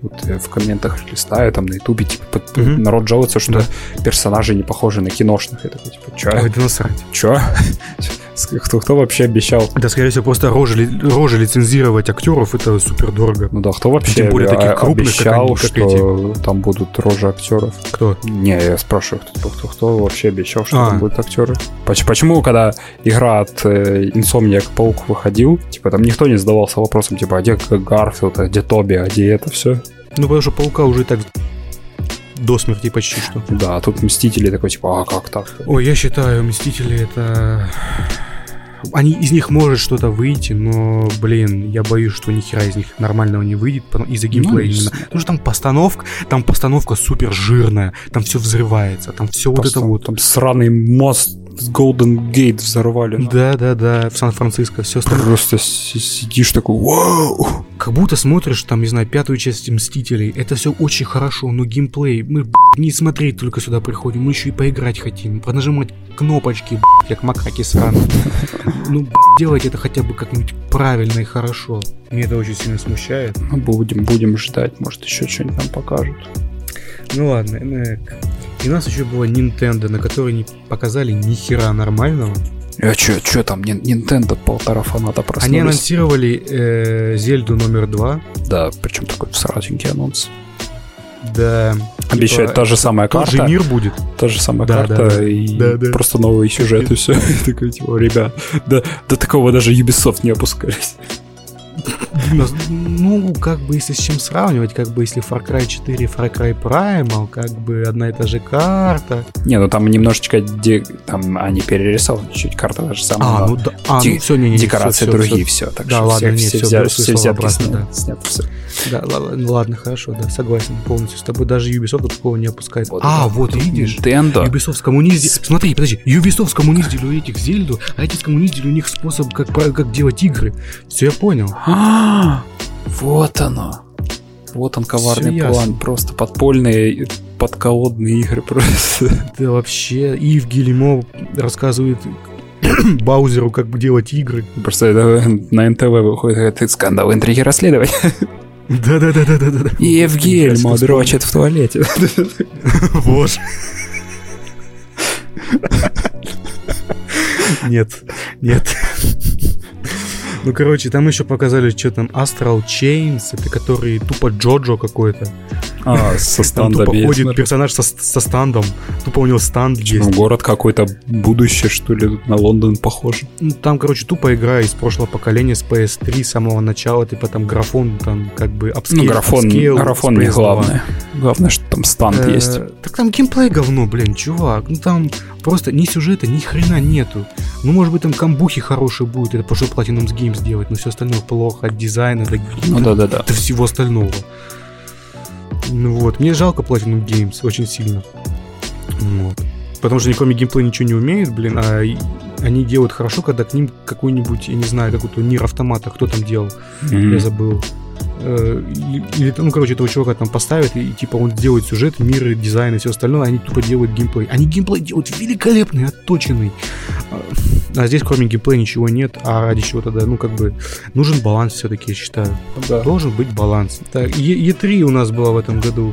C: вот я в комментах листаю, там на ютубе, типа, под-
B: Мгм.
C: народ жалуется, что
B: Да.
C: персонажи не похожи на киношных. Я такой, типа, чё?
B: Ой, да насрать.
C: Чё?
D: Кто, кто вообще обещал?
B: Да, скорее всего, просто рожи, ли- рожи лицензировать актеров это супер дорого.
D: Ну да, кто вообще
B: Тем более таких
D: о-
B: крупных, как
D: обещал,
B: они- как
D: что там будут рожи актеров?
B: Кто?
D: Не, я спрашиваю, кто, кто, кто, кто вообще обещал, что
B: А.
D: там будут актеры. Поч- Почему, когда игра от э, Insomniac Паук выходил, типа там никто не задавался вопросом, типа, а где Г- Гарфилд, а где Тоби, а где это все?
B: Ну, потому что паука уже и так до смерти почти что.
D: Да, а тут Мстители такой, типа, а как так?
B: Ой, я считаю, Мстители это... Они из них может что-то выйти, но, блин, я боюсь, что ни хера из них нормального не выйдет потом- Ну, из-за геймплея.
D: Ну, не
B: именно. Потому что там постановка, там постановка супер жирная, там все взрывается, там все вот это вот.
D: Там сраный мост с Голден Гейт взорвали.
B: Да, да, да, в Сан-Франциско все
D: Просто си- сидишь такой, вау!
B: Как будто смотришь, там, не знаю, пятую часть Мстителей. Это все очень хорошо, но геймплей. Мы, б***ь, не смотреть только сюда приходим. Мы еще и поиграть хотим. Понажимать кнопочки, б***ь, как макаки сраные. Ну, б***ь, делать это хотя бы как-нибудь правильно и хорошо. Меня это очень сильно смущает.
D: Ну, будем, будем ждать, может, еще что-нибудь нам покажут.
B: Ну ладно, эк. И у нас еще была Nintendo, на которой не показали ни хера нормального.
D: А чё, чё там, Нин- Nintendo полтора фаната проснулись?
B: Они анонсировали э, Зельду номер 2.
D: Да, причем такой всратенький анонс.
B: Да.
D: Обещают
B: Типа,
D: та же самая
B: Тот же
D: карта,
B: мир будет.
D: та же самая
B: Да,
D: карта
B: да, да.
D: и
B: Да, да.
D: просто новый сюжет и все. Такой, типа, ребят, да, до такого даже Ubisoft не опускались.
B: Но, Ну, как бы если с чем сравнивать, как бы если Far Cry 4 и Far Cry Primal, как бы одна и та же карта.
D: Не, ну там немножечко, де- там они перерисовали чуть-чуть, карта та же самая. но
B: да, а,
D: Де-
B: все, не,
D: декорации другие, все. Так
B: Да,
D: что
B: ладно,
D: все,
B: нет,
D: все
B: всё,
D: взя-
B: беру
D: все
B: свои слова
D: взятки
B: обратно,
D: сня-
B: да.
D: сняты, всё.
B: Да, ла- ла- ну ладно, хорошо, да, согласен полностью. С тобой даже Ubisoft такого не опускает.
D: Вот
B: а,
D: это
B: вот видишь.
D: Nintendo.
B: Ubisoft скоммуниздили... Смотри, подожди, Ubisoft скоммуниздили у этих Зельду, а эти скоммуниздили у них способ, как, про- как делать игры. Все, я понял.
D: А, Вот оно. Вот он
B: Всё
D: коварный
B: ясно.
D: план. Просто подпольные, подколодные игры просто.
B: Да вообще, Ив Гелимо рассказывает Баузеру, как делать игры.
D: Просто это на НТВ выходит, говорит, скандал, интриги, расследования.
B: Да-да-да-да-да-да.
D: И Евгельма дрочит в туалете.
B: Боже. Нет, нет. Ну, короче, там еще показали, что там Astral Chains, это который тупо Джоджо какой-то.
D: А, со
B: Там
D: станда
B: тупо
D: бьет.
B: ходит персонаж со, со стандом. Тупо у него станд
D: Ну,
B: есть.
D: город какой-то будущее, что ли, на Лондон похож.
B: Ну, Там, короче, тупо игра из прошлого поколения с PS3 с самого начала, типа там графон там как бы
D: Ну,
B: апскейл.
D: графон,
B: апскейл
D: графон
B: с
D: не
B: PS2.
D: главное. Главное, что там станд
B: Э,
D: есть.
B: Так там геймплей говно, блин, чувак. Ну там просто ни сюжета, ни хрена нету. Ну, может быть, там камбухи хорошие будут, это пошел Platinum Games делать, но все остальное плохо, от дизайна до,
D: Ну да, да, да.
B: до всего остального. Ну вот, мне жалко Platinum Games очень сильно. Вот. Потому что они кроме геймплея ничего не умеют, блин, а и- они делают хорошо, когда к ним какой-нибудь, я не знаю, какой-то Нир Автомата, кто там делал, я забыл. Э, Или, или там, ну, короче, этого чувака там поставят, и, и, типа он делает сюжет, миры, дизайн и все остальное, а они тупо делают геймплей. Они геймплей делают великолепный, отточенный. А, А здесь, кроме геймплея, ничего нет, а ради чего тогда, ну, как бы, нужен баланс все-таки, я считаю.
D: Да.
B: Должен быть баланс. Так, Е- E3 у нас была в этом году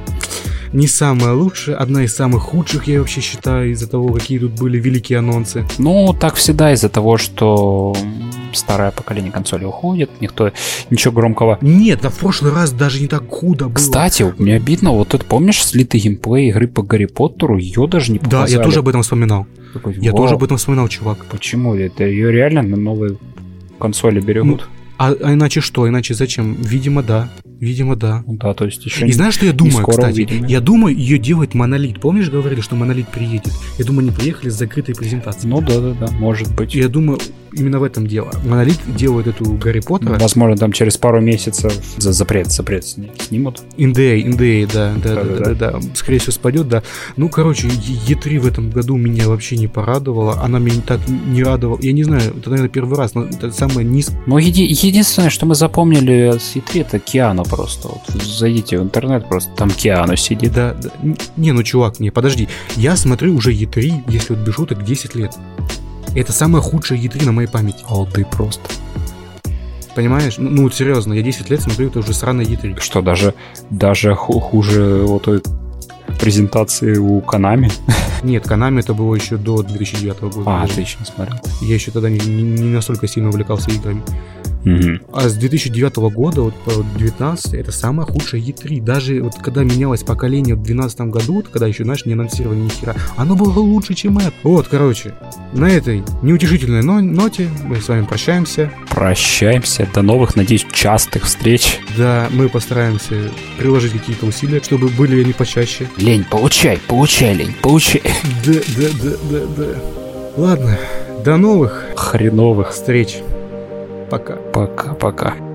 B: не самая лучшая, одна из самых худших, я вообще считаю, из-за того, какие тут были великие анонсы.
D: Ну, так всегда из-за того, что м, старое поколение консолей уходит, никто ничего громкого.
B: Нет, да в прошлый раз даже не так худо было.
D: Кстати, мне обидно, вот тут помнишь слитый геймплей игры по Гарри Поттеру, ее даже не
B: да,
D: показали.
B: я тоже об этом вспоминал.
D: Такой,
B: Я
D: «Вау,
B: тоже об этом вспоминал, чувак.
D: Почему? Это ее реально на новые консоли берегут.
B: А, а иначе что? Иначе зачем? Видимо, да. Видимо, да.
D: Ну да, то есть еще
B: И знаешь, что я думаю,
D: скоро
B: кстати?
D: увидим.
B: Я думаю, ее делает монолит. Помнишь, говорили, что монолит приедет? Я думаю, они приехали с закрытой презентацией.
D: Ну да, да, да, может быть.
B: Я думаю, именно в этом дело. Монолит делает эту Гарри Поттера.
D: Возможно, там через пару месяцев за запрет, запрет сни- снимут.
B: NDA, NDA, да, да, да, да,
D: Да-да-да.
B: да, да. Скорее всего, спадет, да. Ну, короче, Е- E3 в этом году меня вообще не порадовала. Она меня так не радовала. Я не знаю, это, наверное, первый раз, но это самое низ...
D: Ну, еди- единственное, что мы запомнили с E3, это Киану просто. Вот зайдите в интернет, просто там Киану сидит.
B: Да, да. Н- Не, ну, чувак, не, подожди. Я смотрю уже E3, если вот без шуток, 10 лет. Это самая худшая E3 на моей памяти.
D: Алды просто.
B: Понимаешь? Ну, ну, вот серьезно, я 10 лет смотрю это уже сраная E3.
D: Что, даже, даже ху- хуже вот той презентации у Konami.
B: Нет, Konami это было еще до 2009 года.
D: А, ты еще не смотрел.
B: Я еще тогда не, не- не настолько сильно увлекался играми.
D: Мгм.
B: А с 2009 года, вот по 19 это самая худшая E3. Даже вот когда менялось поколение в 2012 году, вот когда еще, знаешь, не анонсировали ни хера, оно было лучше, чем это. Вот, короче, на этой неутешительной но- ноте мы с вами прощаемся.
D: Прощаемся. До новых, надеюсь, частых встреч.
B: Да, мы постараемся приложить какие-то усилия, чтобы были они почаще.
C: Лень, получай, получай, лень, получай.
B: Да, да, да, да, да. Ладно, до новых
D: Хреновых.
B: встреч. Пока.
D: Пока-пока.